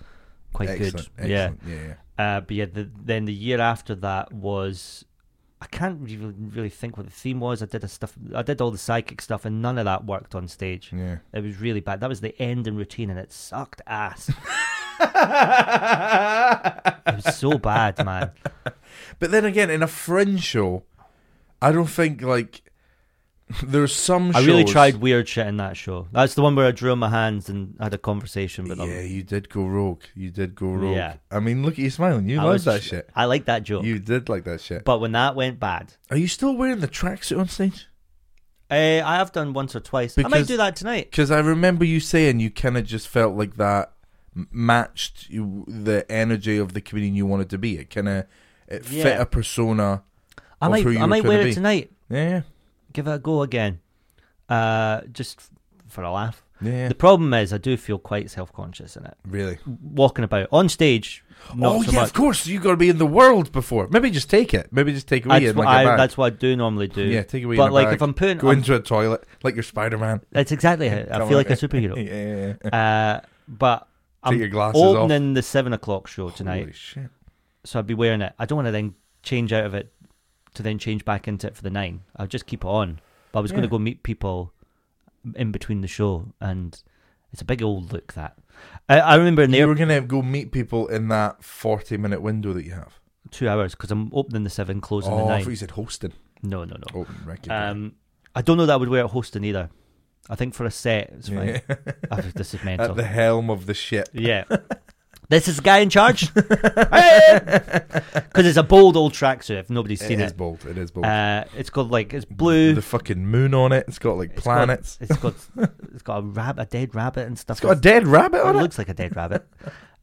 S2: quite
S1: Excellent,
S2: good. Yeah,
S1: excellent. yeah, yeah.
S2: uh, but yeah, the, then the year after that was I can't really really think what the theme was. I did a stuff, I did all the psychic stuff, and none of that worked on stage.
S1: yeah.
S2: It was really bad. That was the end in routine, and it sucked ass. it was so bad, man.
S1: But then again, in a fringe show, I don't think like there's some.
S2: I really
S1: shows-
S2: tried weird shit in that show. That's the one where I drew on my hands and had a conversation, but
S1: Yeah,
S2: um,
S1: you did go rogue. You did go rogue.
S2: Yeah.
S1: I mean, look at you smiling. You
S2: I
S1: loved
S2: was-
S1: that shit.
S2: I like that joke,
S1: You did like that shit.
S2: but when that went bad,
S1: Are you still wearing the tracksuit on stage?
S2: Uh, I have done once or twice. I might
S1: Because-
S2: do that tonight.
S1: Because I remember you saying you kind of just felt like that m- matched you, the energy of the comedian you wanted to be. It kind of it fit
S2: Yeah.
S1: a persona.
S2: I
S1: Of
S2: might.
S1: who you
S2: I
S1: were
S2: might
S1: trying
S2: wear
S1: to
S2: it
S1: be.
S2: tonight.
S1: Yeah,
S2: Give it a go again, uh, just f- for a laugh.
S1: yeah, Yeah.
S2: The problem is, I do feel quite self conscious in it.
S1: really?
S2: Walking about on stage, not
S1: oh
S2: so
S1: yeah,
S2: much.
S1: of course. You got to be in the world before. Maybe just take it. Maybe just take it with you
S2: That's
S1: in
S2: what,
S1: like a
S2: I,
S1: bag.
S2: that's what I do normally do.
S1: yeah, take it with you. in
S2: but
S1: a
S2: like
S1: bag.
S2: if I'm putting,
S1: go
S2: I'm-
S1: into a toilet like your Spider Man.
S2: that's exactly it. I
S1: Come
S2: feel
S1: on.
S2: like a superhero.
S1: Yeah. Take
S2: uh, but
S1: your
S2: I'm
S1: glasses off.
S2: opening the seven o'clock show tonight,
S1: Holy shit.
S2: so I'd be wearing it. I don't want to then change out of it to then change back into it for the nine. I'll just keep it on. But I was going
S1: Yeah.
S2: to go meet people in between the show, and it's a big old look that. I, I remember in the
S1: You
S2: air
S1: were gonna go meet people in that forty-minute window that you have.
S2: two hours because I'm opening the seven, closing the
S1: Oh, I
S2: nine.
S1: thought you said hosting. Oh,
S2: No, no, no.
S1: Open record.
S2: Um, I don't know that I would wear it hosting either. I think for a set, it's fine.
S1: Yeah.
S2: I think this is mental.
S1: At the helm of the ship.
S2: Yeah. this is the guy in charge. Because it's a bold old tracksuit if nobody's
S1: It
S2: seen
S1: is
S2: it.
S1: bold. It is bold.
S2: Uh, it's got like, it's blue.
S1: The fucking moon on it. It's got like
S2: It's got-
S1: planets.
S2: It's got it's got a rab- a dead rabbit and stuff.
S1: it's got a dead rabbit
S2: it
S1: on it.
S2: looks like a dead rabbit.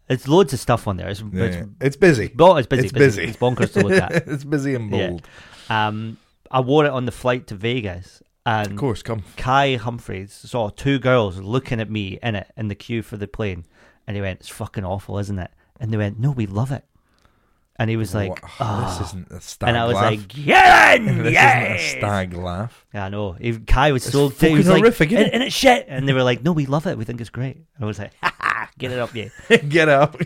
S2: It's loads of stuff on there. It's,
S1: Yeah,
S2: it's,
S1: yeah. It's busy.
S2: bo- it's busy.
S1: It's busy.
S2: It's bonkers to look at.
S1: it's busy and
S2: Yeah.
S1: bold.
S2: Um, I wore it on the flight to Vegas,
S1: Of
S2: and
S1: course, come.
S2: Kai Humphreys saw two girls looking at me in it in the queue for the plane, and he went, "It's fucking awful, isn't it?" And they went, "No, we love it." And he was like,
S1: What- Oh,
S2: "Ah."
S1: this isn't a stag
S2: and I was
S1: laugh.
S2: like, "Yeah,
S1: this
S2: yes!"
S1: isn't a stag laugh.
S2: Yeah, I know. He- Kai was so
S1: fucking
S2: he was like,
S1: horrific, isn't
S2: and,
S1: it?"
S2: and it's shit. And they were like, "No, we love it. We think it's great." And I was like, "Ha ha, get it up, yeah."
S1: Get up.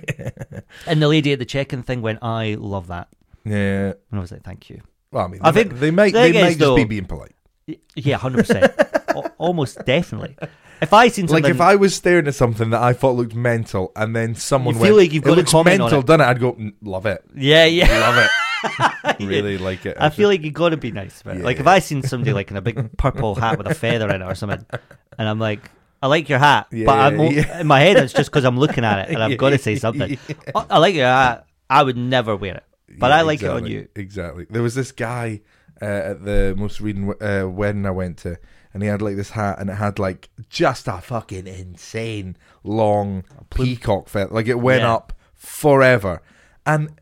S2: and the lady at the check-in thing went, "I love that,"
S1: yeah.
S2: and I was like, "Thank you."
S1: Well, I mean,
S2: I
S1: they,
S2: think-
S1: might- they might,
S2: thing
S1: they might
S2: is,
S1: just
S2: though,
S1: be being polite.
S2: Y- Yeah, hundred percent, almost definitely. If I seen something,
S1: Like if I was staring at something that I thought looked mental, and then someone
S2: You
S1: went,
S2: feel like you've
S1: "It
S2: gotta
S1: looks
S2: comment on
S1: mental,
S2: it."
S1: done it?" I'd go, "Mm, "Love it,
S2: yeah, yeah.
S1: love it, really like it."
S2: I feel like you got to be nice about it.
S1: Yeah,
S2: Like if
S1: yeah.
S2: I seen somebody like in a big purple hat with a feather in it or something, and I'm like, I like your hat,
S1: Yeah,
S2: but I'm,
S1: yeah.
S2: in my head it's just because I'm looking at it and I've got to say something. "Oh, I like your hat. I would never wear it, but
S1: Yeah,
S2: I like it on
S1: exactly,
S2: you.
S1: Exactly. There was this guy uh, at the most reading uh, wedding I went to, and he had like this hat, and it had like just a fucking insane long peacock feather. Like it went
S2: Yeah.
S1: up forever, and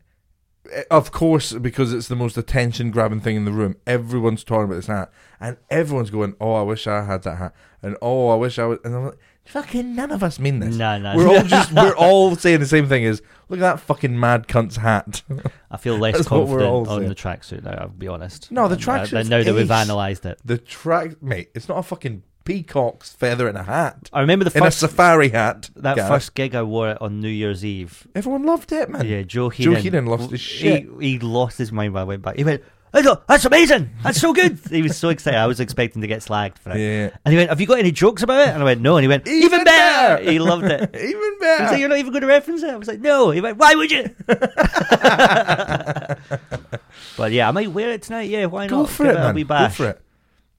S1: uh, of course, because it's the most attention grabbing thing in the room, everyone's talking about this hat, and everyone's going, "Oh, I wish I had that hat," and "Oh, I wish I was," and I'm like. Fucking none of us mean this.
S2: No, no.
S1: We're all just we're all saying the same thing: is look at that fucking mad cunt's hat.
S2: I feel less
S1: That's what we're
S2: confident
S1: all
S2: on
S1: saying.
S2: the tracksuit now. I'll be honest.
S1: No, the
S2: Uh,
S1: tracksuit's
S2: Now that we've
S1: ace.
S2: analysed it,
S1: The track, mate, it's not a fucking peacock's feather in a hat.
S2: I remember the
S1: in a
S2: first
S1: safari hat.
S2: that
S1: Gareth.
S2: first gig I wore it on New Year's Eve.
S1: Everyone loved it, man.
S2: Yeah, Joe
S1: Joe
S2: Heenan.
S1: Heenan lost his shit.
S2: He, he lost his mind when I went back. He went, "That's a- that's amazing. That's so good. he was so excited. I was expecting to get slagged for it.
S1: Yeah.
S2: And he went, have you got any jokes about it? And I went, no. And he went, even,
S1: Even
S2: better.
S1: better."
S2: He loved it.
S1: Even
S2: He was like,
S1: better.
S2: you're not even going to reference it? I was like, no. He went, why would you? but yeah, I might wear it tonight. Yeah, why
S1: Go
S2: not?
S1: for
S2: Give
S1: it, man.
S2: a wee
S1: Go
S2: bash.
S1: for it.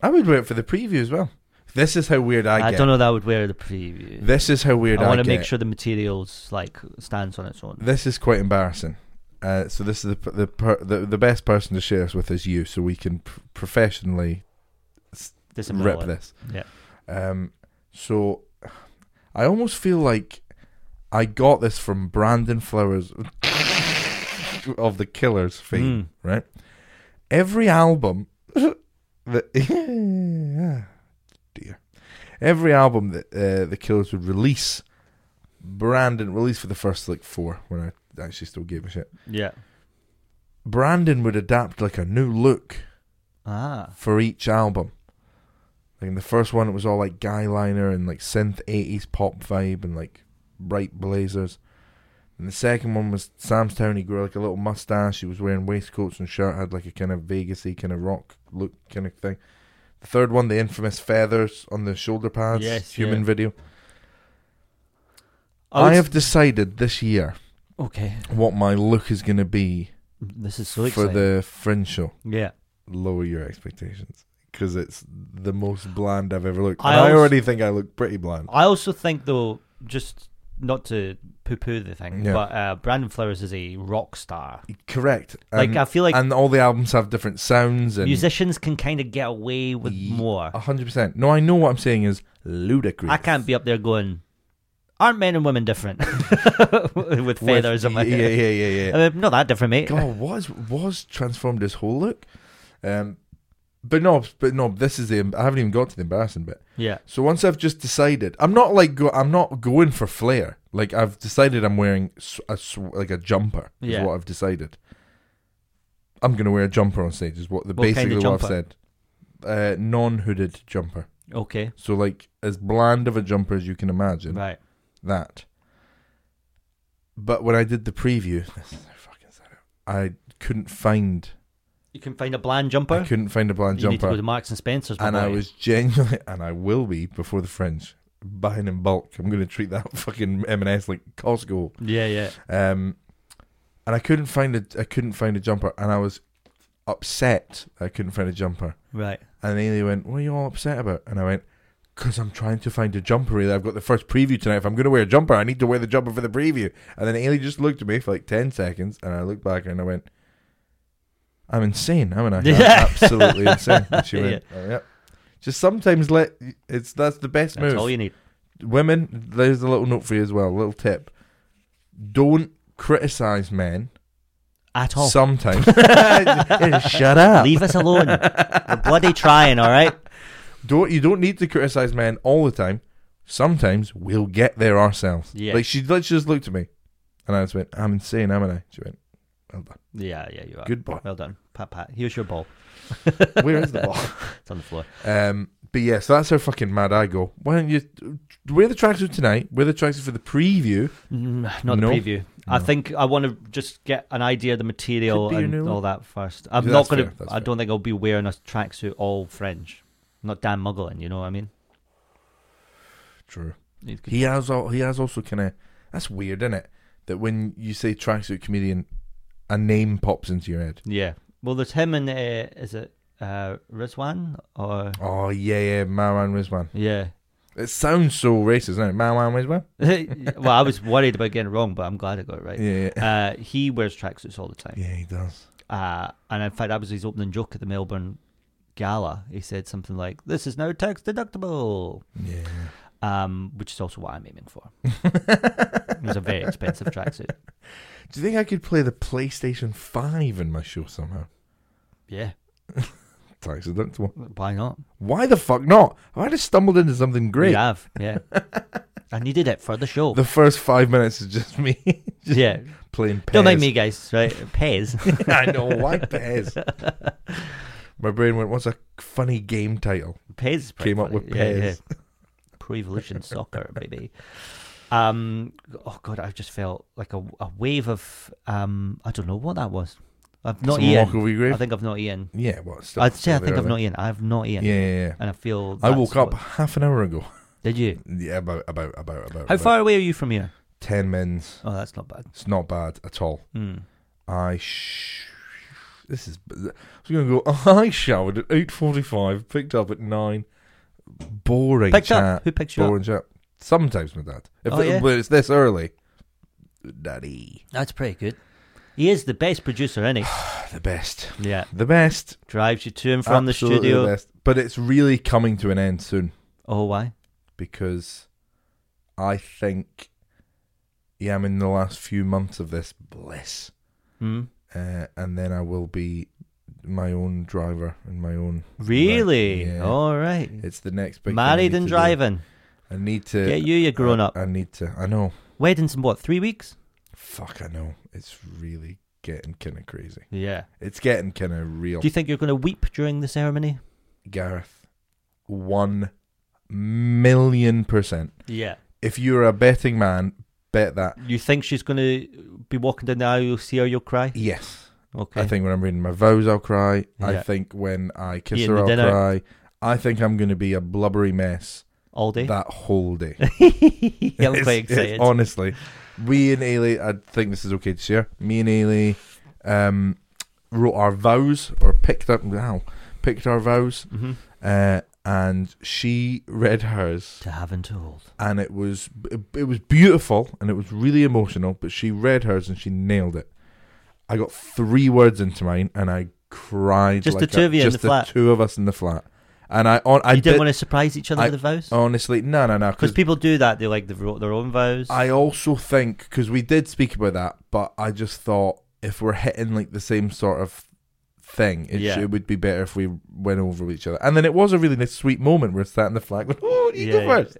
S1: I would wear it for the preview as well. This is how weird I,
S2: I,
S1: get.
S2: don't know that I would wear the preview.
S1: This is how weird
S2: I
S1: I,
S2: want to
S1: get.
S2: make sure the materials like stands on its own.
S1: This is quite embarrassing. Uh, so this is the p- the, per, the the best person to share this with is you, so we can pr- professionally
S2: Disembowel
S1: rip
S2: it.
S1: this.
S2: Yeah.
S1: Um, so I almost feel like I got this from Brandon Flowers of the Killers fame,
S2: Mm.
S1: right? Every album that dear, every album that uh, the Killers would release, Brandon released for the first like four when I actually still gave a shit.
S2: Yeah.
S1: Brandon would adapt like a new look
S2: Ah.
S1: for each album. Like in the first one, it was all like guyliner and like synth eighties pop vibe and like bright blazers. And the second one was Sam's Town. He grew like a little mustache. He was wearing waistcoats and shirt. Had like a kind of Vegasy kind of rock look kind of thing. The third one, the infamous feathers on the shoulder pads.
S2: Yes,
S1: human
S2: yeah.
S1: video.
S2: would
S1: I
S2: s-
S1: have decided this year
S2: Okay.
S1: what my look is going to be
S2: This is so
S1: for
S2: exciting.
S1: the fringe show.
S2: yeah.
S1: lower your expectations because it's the most bland I've ever looked.
S2: I
S1: And I,
S2: als-
S1: already think I look pretty bland.
S2: I also think though, just not to poo-poo the thing,
S1: Yeah.
S2: but uh, Brandon Flowers is a rock star.
S1: Correct.
S2: Like
S1: And,
S2: I feel like
S1: and all the albums have different sounds and
S2: musicians can kind of get away with
S1: Ye- oh,
S2: more.
S1: hundred percent. No, I know what I'm saying is ludicrous.
S2: I can't be up there going, "Aren't men and women different?" with
S1: With-
S2: feathers in my
S1: Yeah, yeah,
S2: hair.
S1: yeah, yeah. yeah.
S2: I mean, not that different, mate.
S1: God, was was transformed his whole look. Um, But no, but no. This is the. I haven't even got to the embarrassing bit.
S2: Yeah.
S1: So once I've just decided, I'm not like go, I'm not going for flair. Like I've decided I'm wearing s- a s- like a jumper. Is
S2: Yeah.
S1: what I've decided. I'm gonna wear a jumper on stage. Is what the
S2: What kind
S1: basically
S2: of
S1: what I've said. Uh, non-hooded jumper.
S2: Okay.
S1: So like as bland of a jumper as you can imagine.
S2: Right.
S1: That. But when I did the preview, this is how fucking sad it- I couldn't find.
S2: You can find a bland
S1: I
S2: jumper.
S1: couldn't find a
S2: You
S1: bland
S2: need to go
S1: jumper.
S2: to Marks and Spencer's. my
S1: and I
S2: boy.
S1: was genuinely, and I will be before the French buying in bulk. I'm going to treat that fucking M&S like Costco.
S2: Yeah, yeah.
S1: Um, and I couldn't find a, I couldn't find a jumper, and I was upset. that I couldn't find a jumper,
S2: Right.
S1: and then they went, "What are you all upset about?" And I went, "Cause I'm trying to find a jumper. Really. I've got the first preview tonight. If I'm going to wear a jumper, I need to wear the jumper for the preview." And then Ailey just looked at me for like ten seconds, and I looked back and I went, "I'm insane, haven't I? I'm
S2: Yeah.
S1: absolutely insane." And she went, "Oh, "Yep." Just sometimes let it's that's the best
S2: That's
S1: move
S2: all you need.
S1: women, there's a little note for you as well, a little tip. Don't criticize men
S2: At all.
S1: sometimes. Shut up.
S2: Leave us alone. We're bloody trying, all right?
S1: Don't you don't need to criticize men all the time. Sometimes we'll get there ourselves.
S2: Yeah.
S1: Like she, like she just looked at me and I just went, I'm insane, am I? She went, Well done.
S2: Yeah, yeah, you are.
S1: Good boy.
S2: Well done. Pat, pat. Here's your ball.
S1: Where is the ball?
S2: It's on the floor.
S1: Um, but yeah, so that's how fucking mad I go. Why don't you wear the tracksuit tonight? Wear the tracksuit for the preview.
S2: Mm, Not the
S1: No.
S2: preview. I
S1: No.
S2: think I want to just get an idea of the material
S1: Could be your new
S2: and all
S1: look.
S2: that first. I'm
S1: Yeah,
S2: not
S1: that's
S2: going
S1: fair,
S2: to.
S1: that's
S2: I don't think I'll be wearing a tracksuit all French. I'm not Dan Muggleton, you know what I mean?
S1: True.
S2: You could-
S1: He has all. He has also kind of. That's weird, isn't it? That when you say tracksuit comedian, a name pops into your head.
S2: yeah. Well, there's him and uh, is it uh, Rizwan or
S1: Oh yeah, yeah, Marwan Rizwan.
S2: yeah?
S1: It sounds so racist, doesn't it? Marwan Rizwan.
S2: well, I was worried about getting it wrong, but I'm glad I got it right.
S1: Yeah, yeah.
S2: Uh, he wears tracksuits all the time.
S1: yeah, he does.
S2: Uh, and in fact, that was his opening joke at the Melbourne Gala. He said something like, "This is now tax deductible,"
S1: Yeah.
S2: um, which is also what I'm aiming for. it was a very expensive tracksuit.
S1: Do you think I could play the PlayStation Five in my show somehow?
S2: Yeah,
S1: Tax deductible.
S2: why not?
S1: Why the fuck not? I just stumbled into something
S2: We
S1: great.
S2: have, yeah. I needed it for the show.
S1: The first five minutes is just me just
S2: yeah,
S1: playing. Pez.
S2: don't mind me, guys. Right, Pez.
S1: I know why Pez. my brain went, "What's a funny game title?"
S2: Pez is pretty
S1: Came up
S2: funny.
S1: with
S2: Yeah, yeah.
S1: Pez.
S2: Pro Evolution Soccer, baby. Um, oh god, I just felt like a, a wave of um, I don't know what that was. I've not
S1: Someone
S2: eaten.
S1: walk over your grave?
S2: I think I've not eaten.
S1: Yeah, well, it's still
S2: I'd say I
S1: still
S2: think
S1: there,
S2: I've
S1: isn't
S2: not eaten. I've not
S1: it?
S2: eaten,
S1: Yeah, yeah, yeah.
S2: and I feel.
S1: I
S2: that's
S1: woke up
S2: what-
S1: half an hour ago.
S2: Did you?
S1: Yeah, about about about about.
S2: How
S1: about
S2: far away are you from here?
S1: Ten mins.
S2: Oh, that's not bad.
S1: It's not bad at all.
S2: Hmm.
S1: I. Sh- this is. I was going to go. I showered at eight forty-five. Picked up at nine. Boring
S2: Picked
S1: chat.
S2: up. Who picks you up?
S1: Boring chat. Sometimes my dad. If
S2: Oh,
S1: it-
S2: yeah?
S1: when it's this early, daddy,
S2: That's pretty good. He is the best producer, isn't he?
S1: the best,
S2: yeah,
S1: the best
S2: drives you to and from
S1: Absolutely
S2: the studio.
S1: best. But it's really coming to an end soon.
S2: Oh, why?
S1: because I think, yeah, I'm in the last few months of this bliss,
S2: Hmm.
S1: uh, and then I will be my own driver and my own.
S2: Really?
S1: Yeah.
S2: All right.
S1: It's the next big. thing I
S2: Married
S1: need
S2: and
S1: to do.
S2: driving.
S1: I need to
S2: Get you, you're grown
S1: I-
S2: up.
S1: I need to. I know.
S2: Weddings in what? Three weeks?
S1: Fuck, I know. It's really getting kind of crazy.
S2: Yeah.
S1: It's getting kind of real.
S2: Do you think you're going to weep during the ceremony?
S1: Gareth, one million percent.
S2: Yeah.
S1: If you're a betting man, bet that.
S2: You think she's going to be walking down the aisle? You'll see her. You'll cry.
S1: Yes.
S2: Okay.
S1: I think when I'm reading my vows, I'll cry. I
S2: Yeah.
S1: think when I kiss
S2: Eating
S1: her,
S2: the
S1: I'll
S2: dinner.
S1: cry. I think I'm going to be a blubbery mess
S2: all day.
S1: that whole day.
S2: I'm
S1: It's-
S2: quite
S1: it's-
S2: excited.
S1: honestly, we and Ailey, I think this is okay to share. Me and Ailey um, wrote our vows or picked up now picked our vows,
S2: hmm
S1: uh, and she read hers
S2: To have and to hold.
S1: and it was it was beautiful and it was really emotional. But she read hers and she nailed it. I got three words into mine and I cried.
S2: Just the
S1: like
S2: two
S1: a-
S2: of you in
S1: just
S2: the flat?
S1: two of us in the flat. And I on I
S2: you didn't
S1: did,
S2: want to surprise each other
S1: I- Oh,
S2: with the vows?
S1: honestly no no no because
S2: Because people do that. They like they've wrote their own vows.
S1: I also think because we did speak about that, but I just thought if we're hitting like the same sort of thing. It, sh-
S2: Yeah.
S1: it would be better if we went over with each other. And then it was a really nice, sweet moment where it's sat in the flag. Like, oh, you
S2: Yeah,
S1: go
S2: yeah.
S1: first.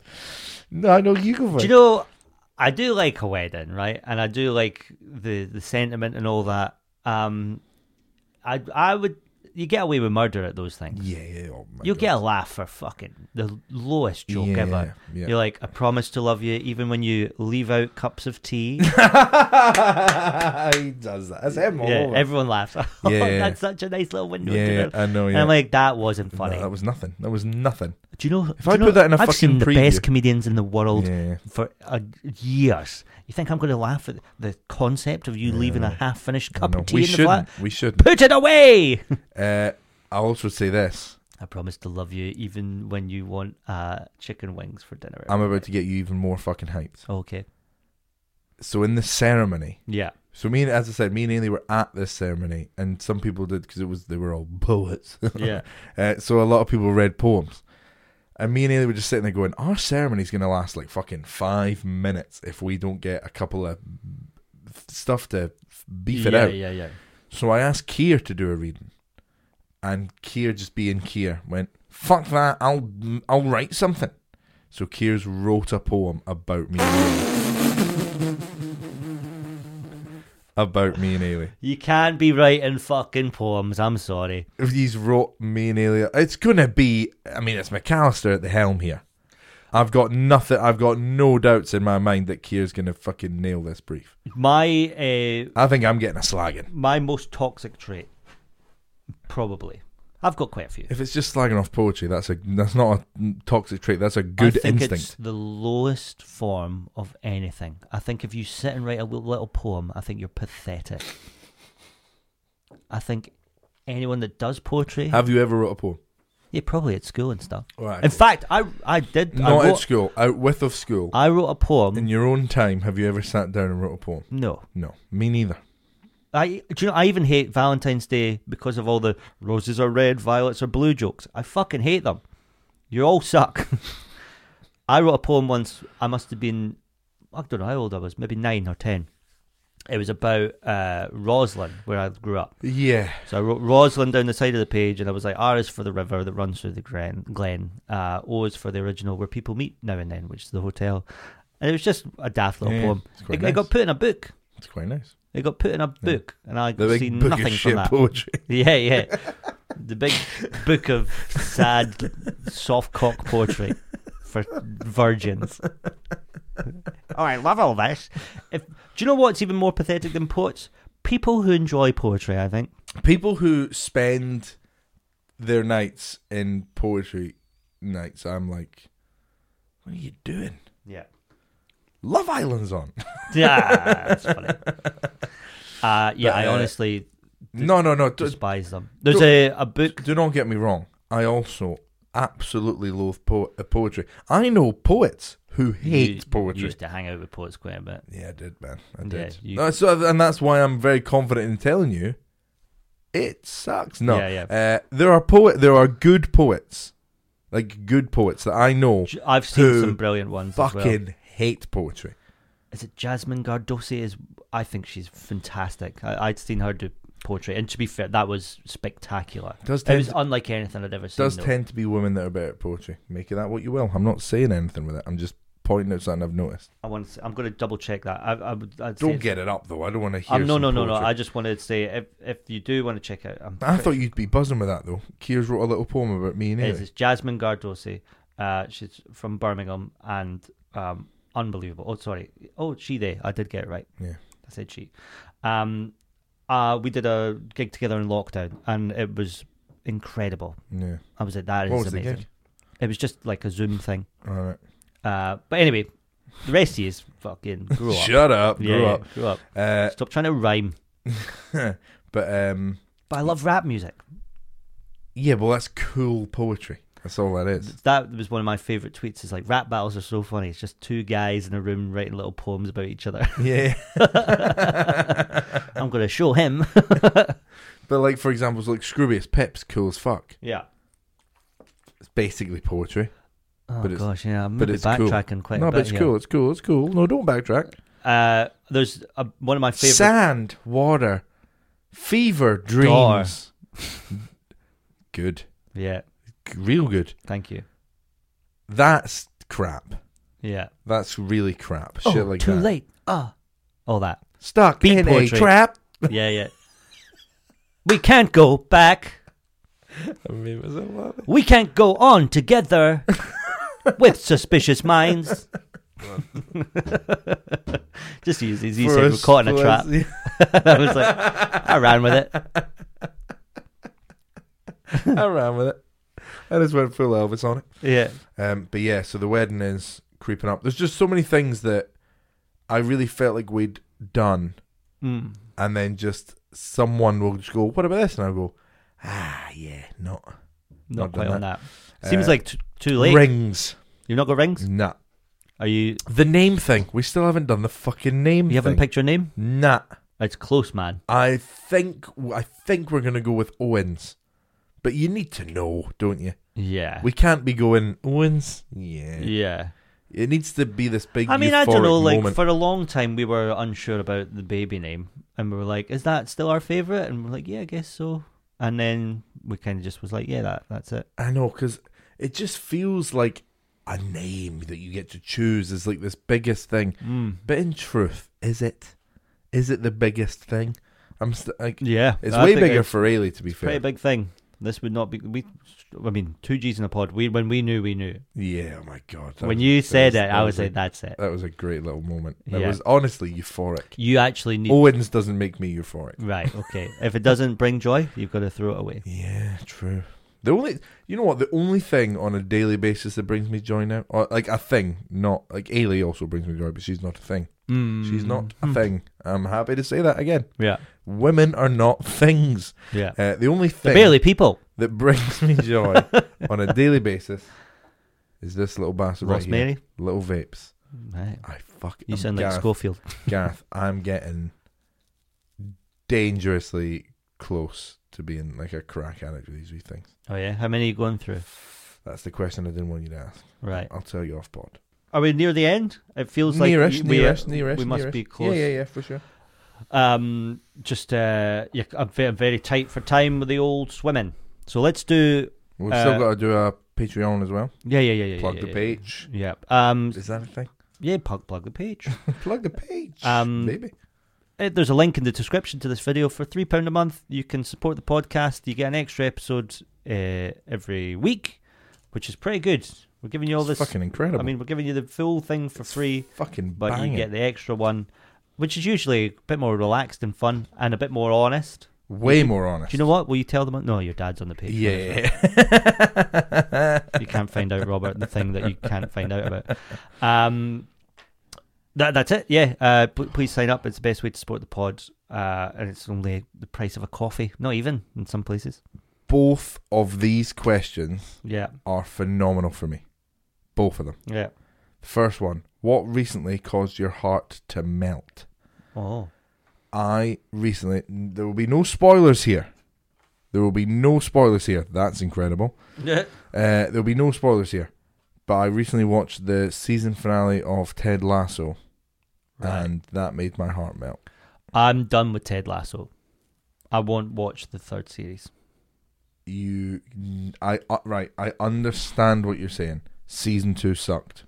S1: No, I know you go first.
S2: Do you know? I do like a wedding, right? And I do like the the sentiment and all that. Um, I I would you get away with murder at those things.
S1: yeah, yeah. Oh my
S2: You'll
S1: God.
S2: get a laugh for fucking the lowest joke
S1: Yeah,
S2: ever.
S1: yeah.
S2: You're like, I promise to love you even when you leave out cups of tea.
S1: he does that. That's him all
S2: yeah,
S1: over.
S2: everyone laughs. Oh,
S1: Yeah.
S2: that's such a nice little window.
S1: Yeah,
S2: into
S1: yeah,
S2: it.
S1: I know.
S2: And
S1: Yeah,
S2: I'm like, that wasn't funny.
S1: No, that was nothing. That was nothing.
S2: do you know? If
S1: I put that in a
S2: I've seen
S1: fucking
S2: the best
S1: preview-
S2: comedians in the world
S1: Yeah.
S2: for uh, years. You think I'm going to laugh at the concept of you leaving a half-finished cup
S1: No,
S2: of tea
S1: we
S2: in the flat?
S1: shouldn't. We shouldn't.
S2: Put it away.
S1: Uh, I also say this.
S2: I promise to love you even when you want uh, chicken wings for dinner.
S1: I'm about to get you even more fucking hyped.
S2: okay.
S1: So in the ceremony,
S2: Yeah.
S1: so me and as I said, me and Ailey were at this ceremony, and some people did because it was they were all poets.
S2: Yeah.
S1: uh, so a lot of people read poems, and me and Ailey were just sitting there going, "Our ceremony's gonna last like fucking five minutes if we don't get a couple of stuff to beef it
S2: yeah,
S1: out."
S2: Yeah, yeah,
S1: So I asked Keir to do a reading, and Keir just being Keir went, "Fuck that! I'll I'll write something." So Keir's wrote a poem about me, and Ailey. about me and Ailey.
S2: You can't be writing fucking poems. I'm sorry.
S1: He's wrote me and Ailey. It's gonna be. I mean, it's McAllister at the helm here. I've got nothing. I've got no doubts in my mind that Keir's gonna fucking nail this brief.
S2: My uh,
S1: I think I'm getting a slagging.
S2: my most toxic trait, probably. I've got quite a few.
S1: If it's just slagging off poetry, that's a that's not a toxic trait. That's a good
S2: I think
S1: instinct.
S2: It's the lowest form of anything. I think if you sit and write a little, little poem, I think you're pathetic. I think anyone that does poetry,
S1: Have you ever wrote a poem?
S2: yeah, probably at school and stuff.
S1: Right.
S2: In fact, I I did.
S1: Not
S2: I
S1: at
S2: wrote, Um,
S1: school, out with of school.
S2: I wrote a poem.
S1: In your own time, have you ever sat down and wrote a poem?
S2: no,
S1: No, me neither.
S2: I do you know I even hate Valentine's Day because of all the roses are red, violets are blue jokes. I fucking hate them. You all suck. I wrote a poem once. I must have been I don't know how old I was, maybe nine or ten. It was about uh, Roslyn, where I grew up.
S1: Yeah.
S2: So I wrote Roslyn down the side of the page, and I was like, R is for the river that runs through the glen. glen. Uh, o is for the original where people meet now and then, which is the hotel. And it was just a daft little
S1: Yeah,
S2: poem.
S1: it's
S2: It,
S1: quite
S2: it got
S1: nice.
S2: put in a book.
S1: It's quite nice.
S2: It got put in a book, and I
S1: The
S2: got
S1: big
S2: seen
S1: book of
S2: nothing from
S1: shit
S2: that.
S1: poetry.
S2: Yeah, yeah. The big book of sad soft cock poetry for virgins. Oh, I love all this. If, do you know what's even more pathetic than poets? People who enjoy poetry, I think.
S1: People who spend their nights in poetry nights, I'm like, what are you doing?
S2: Yeah.
S1: Love Island's on.
S2: Yeah, that's funny. Uh, yeah,
S1: But,
S2: I
S1: uh,
S2: honestly
S1: no, no, no. d-
S2: despise them. There's a, a book.
S1: do not get me wrong. I also absolutely loathe po- uh, poetry. I know poets who
S2: you-
S1: hate
S2: you
S1: poetry.
S2: used to hang out with poets quite a bit.
S1: Yeah, I did, man. I
S2: Yeah,
S1: did.
S2: you-
S1: No, so, and that's why I'm very confident in telling you, it sucks. No,
S2: Yeah,
S1: Uh, there are poet, there are good poets, like good poets that I know
S2: J- I've seen
S1: Who
S2: some brilliant ones. as well.
S1: fucking hate poetry.
S2: is it Jasmine Gardosi? Is I think she's fantastic. I, I'd seen her do poetry, and to be fair, that was spectacular.
S1: Does
S2: it
S1: tend
S2: was
S1: to-
S2: unlike anything I'd ever seen.
S1: Does
S2: though.
S1: tend to be women that are better at poetry. Make of that what you will. I'm not saying anything with it. I'm just pointing out something I've noticed.
S2: I want. To, I'm going to double check that. I, I would. I'd say
S1: Don't
S2: it's-
S1: get it up though. I don't want to hear.
S2: Um, no,
S1: some
S2: no, no, no.
S1: poetry.
S2: I just wanted to say if if you do want to check out, um,
S1: I thought you'd be buzzing with that though. Keir's wrote a little poem about me and
S2: it's,
S1: Ailey.
S2: it's Jasmine Gardosi. Uh, she's from Birmingham and um, unbelievable. Oh, sorry. Oh, she they. I did get it right.
S1: Yeah.
S2: I said she. Um, uh, we did a gig together in lockdown, and it was incredible.
S1: Yeah.
S2: I was like, that is
S1: What was the
S2: amazing.
S1: gig?
S2: It was just like a Zoom thing.
S1: All right.
S2: Uh, but anyway, the rest of you is fucking grew up.
S1: Shut up.
S2: yeah,
S1: Grow
S2: yeah,
S1: up.
S2: grew up.
S1: Uh,
S2: Stop trying to rhyme.
S1: but um,
S2: But I love rap music.
S1: yeah, well, that's cool poetry. That's all that is.
S2: That was one of my favorite tweets. Is like rap battles are so funny. It's just two guys in a room writing little poems about each other.
S1: Yeah,
S2: I'm gonna show him.
S1: but like for example, like Scroobius Pip's cool as fuck.
S2: yeah.
S1: It's basically poetry,
S2: Oh
S1: But it's-
S2: gosh, yeah. I'm
S1: but
S2: maybe
S1: it's cool.
S2: backtracking quite
S1: no,
S2: a bit.
S1: but it's
S2: here.
S1: cool. It's cool. It's cool. No, don't backtrack.
S2: Uh, there's a, one of my favorite.
S1: Sand, water, fever, dreams. Good.
S2: Yeah.
S1: G- Real good.
S2: Thank you.
S1: That's crap.
S2: Yeah.
S1: That's really crap. Shit like that.
S2: Oh, late. Ah. All that.
S1: Stuck
S2: Beat
S1: in
S2: poetry.
S1: a trap.
S2: Yeah, yeah. we can't go back.
S1: I mean, was that what?
S2: We can't go on together with suspicious minds. Just easy, as you
S1: For
S2: said, we're
S1: us-
S2: caught in a
S1: for
S2: trap.
S1: us, yeah.
S2: I was like, I ran with it.
S1: I ran with it. I just went full Elvis on it.
S2: Yeah,
S1: Um, but yeah, so the wedding is creeping up. There's just so many things that I really felt like we'd done,
S2: mm.
S1: and then just someone will just go, "What about this?" And I'll go, "Ah, yeah, not Not
S2: not quite
S1: done
S2: on that. Seems
S1: Uh,
S2: like t- too late.
S1: rings."
S2: You've not got rings.
S1: Nah,
S2: Are you?
S1: the name thing. We still haven't done the fucking name.
S2: You haven't
S1: thing.
S2: picked your name.
S1: Nah,
S2: It's close, man.
S1: I think I think we're gonna go with Owens, but you need to know, don't you?
S2: Yeah.
S1: We can't be going Owens. Yeah,
S2: yeah.
S1: it needs to be this big.
S2: I mean, I don't
S1: euphoric
S2: know. Like
S1: moment.
S2: for a long time, we were unsure about the baby name, and we were like, "Is that still our favorite?" And we're like, "Yeah, I guess so." And then we kind of just was like, "Yeah, that that's it."
S1: I know because it just feels like a name that you get to choose is like this biggest thing.
S2: Mm.
S1: But in truth, is it? Is it the biggest thing? I'm st- like,
S2: Yeah,
S1: it's
S2: I
S1: way
S2: think
S1: bigger
S2: It's
S1: for Rayleigh to be
S2: a pretty
S1: fair.
S2: big thing. This would not be. We, I mean, two G's in a pod. We when we knew, we knew.
S1: Yeah, oh my god. that
S2: when
S1: was-
S2: you
S1: that
S2: said it,
S1: that
S2: I was
S1: a-
S2: like, "That's it."
S1: that was a great little moment. That
S2: Yeah.
S1: was honestly euphoric.
S2: You actually need.
S1: Owens doesn't make me euphoric.
S2: Right. Okay. if it doesn't bring joy, you've got to throw it away.
S1: Yeah, true. The only, you know what, the only thing on a daily basis that brings me joy now, or like a thing, not like Ailey also brings me joy, but she's not a thing. She's not a
S2: Mm.
S1: thing. I'm happy to say that again.
S2: Yeah.
S1: Women are not things.
S2: Yeah.
S1: Uh, the only thing
S2: They're barely people.
S1: that brings me joy on a daily basis is this little bastard right here.
S2: Rosemary.
S1: Little vapes.
S2: Right.
S1: I fuck.
S2: You
S1: I'm
S2: sound like
S1: Gareth,
S2: Schofield.
S1: Gareth, I'm getting dangerously close to being like a crack addict with these wee things.
S2: Oh yeah. How many are you going through?
S1: That's the question I didn't want you to ask.
S2: Right.
S1: I'll tell you off pod.
S2: Uh, Are we near the end? It feels
S1: nearish,
S2: like we,
S1: nearish,
S2: we,
S1: nearish,
S2: we must
S1: nearish.
S2: be close.
S1: Yeah, yeah, yeah, for sure.
S2: Um, just uh, yeah, I'm ve- I'm very tight for time with the old swimming. So let's do.
S1: We've
S2: Uh,
S1: still got to do a Patreon as well.
S2: Yeah, yeah, yeah, yeah.
S1: Plug
S2: yeah,
S1: the
S2: yeah,
S1: page.
S2: Yeah. Um.
S1: Is that a thing?
S2: Yeah. Plug plug the page.
S1: Plug the page,
S2: Um,
S1: baby.
S2: Uh, There's a link in the description to this video. For three pound a month, you can support the podcast. You get an extra episode uh, every week, which is pretty good. We're giving you all
S1: It's
S2: this.
S1: fucking incredible.
S2: I mean, we're giving you the full thing for free,
S1: fucking
S2: but
S1: banging.
S2: you get the extra one, which is usually a bit more relaxed and fun and a bit more honest.
S1: Way more honest.
S2: Do you know what? Will you tell them? No, your dad's on the page.
S1: Yeah.
S2: you can't find out, Robert, the thing that you can't find out about. Um, that, that's it. Yeah. Uh, p- please sign up. It's the best way to support the pod. Uh, and it's only the price of a coffee. Not even in some places.
S1: Both of these questions
S2: Yeah.
S1: are phenomenal for me. Both of them.
S2: Yeah.
S1: The first one What recently caused your heart to melt?
S2: Oh.
S1: I recently. There will be no spoilers here. There will be no spoilers here. That's incredible.
S2: Yeah.
S1: Uh, there will be no spoilers here. But I recently watched the season finale of Ted Lasso,
S2: Right.
S1: and that made my heart melt.
S2: I'm done with Ted Lasso. I won't watch the third series.
S1: you I uh, right I understand what you're saying. Season 2 sucked.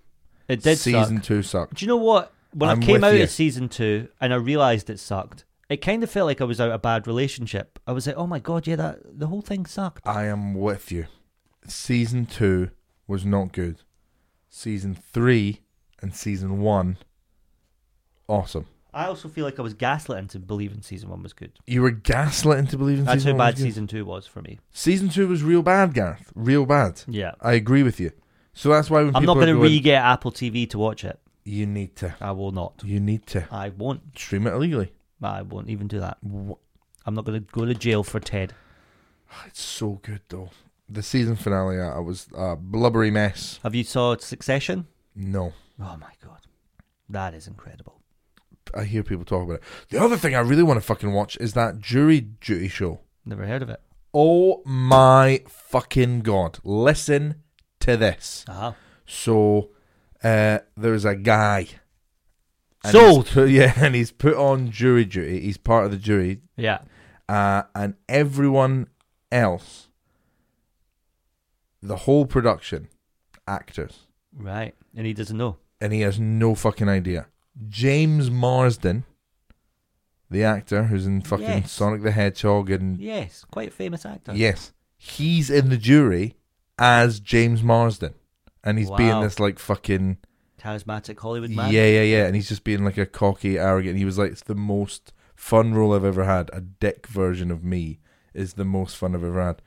S2: It did
S1: season
S2: suck.
S1: 2 sucked.
S2: Do you know what? When
S1: I'm
S2: I came
S1: with
S2: out
S1: you.
S2: of season two and I realised it sucked, it kind of felt like I was out of a bad relationship. I was like, oh my God, yeah, that the whole thing sucked.
S1: I am with you. Season 2 was not good. Season 3 and season 1 awesome.
S2: I also feel like I was gaslit into believing season one was good.
S1: You were gaslit into believing
S2: That's how
S1: season one
S2: bad
S1: was good.
S2: season two was for me.
S1: Season 2 was real bad, Gareth. Real bad.
S2: Yeah.
S1: I agree with you. So that's why when
S2: I'm
S1: people
S2: not
S1: are
S2: going to
S1: going,
S2: re get Apple TV to watch it.
S1: you need to
S2: I will not.
S1: you need to
S2: I won't.
S1: stream it illegally.
S2: I won't even do that.
S1: Wha-
S2: I'm not going to go to jail for Ted.
S1: It's so good though. The season finale, uh, I I was a blubbery mess.
S2: Have you saw Succession?
S1: No,
S2: Oh my god, that is incredible.
S1: I hear people talk about it. The other thing I really want to fucking watch is that jury duty show.
S2: Never heard of it.
S1: Oh my fucking god! Listen to this.
S2: Uh-huh.
S1: So, uh, there's a guy. and
S2: Sold.
S1: he's put- yeah, and he's put on jury duty. He's part of the jury,
S2: Yeah.
S1: uh, and everyone else, the whole production, actors,
S2: Right. And he doesn't know.
S1: and he has no fucking idea. James Marsden, the actor who's in fucking
S2: Yes.
S1: Sonic the Hedgehog, and
S2: Yes. Quite a famous actor.
S1: yes, he's in the jury as James Marsden, and he's being
S2: Wow.
S1: this like fucking
S2: Charismatic Hollywood man.
S1: yeah, yeah, yeah, and he's just being like a cocky, arrogant. He was like, "It's the most fun role I've ever had. A dick version of me is the most fun I've ever had."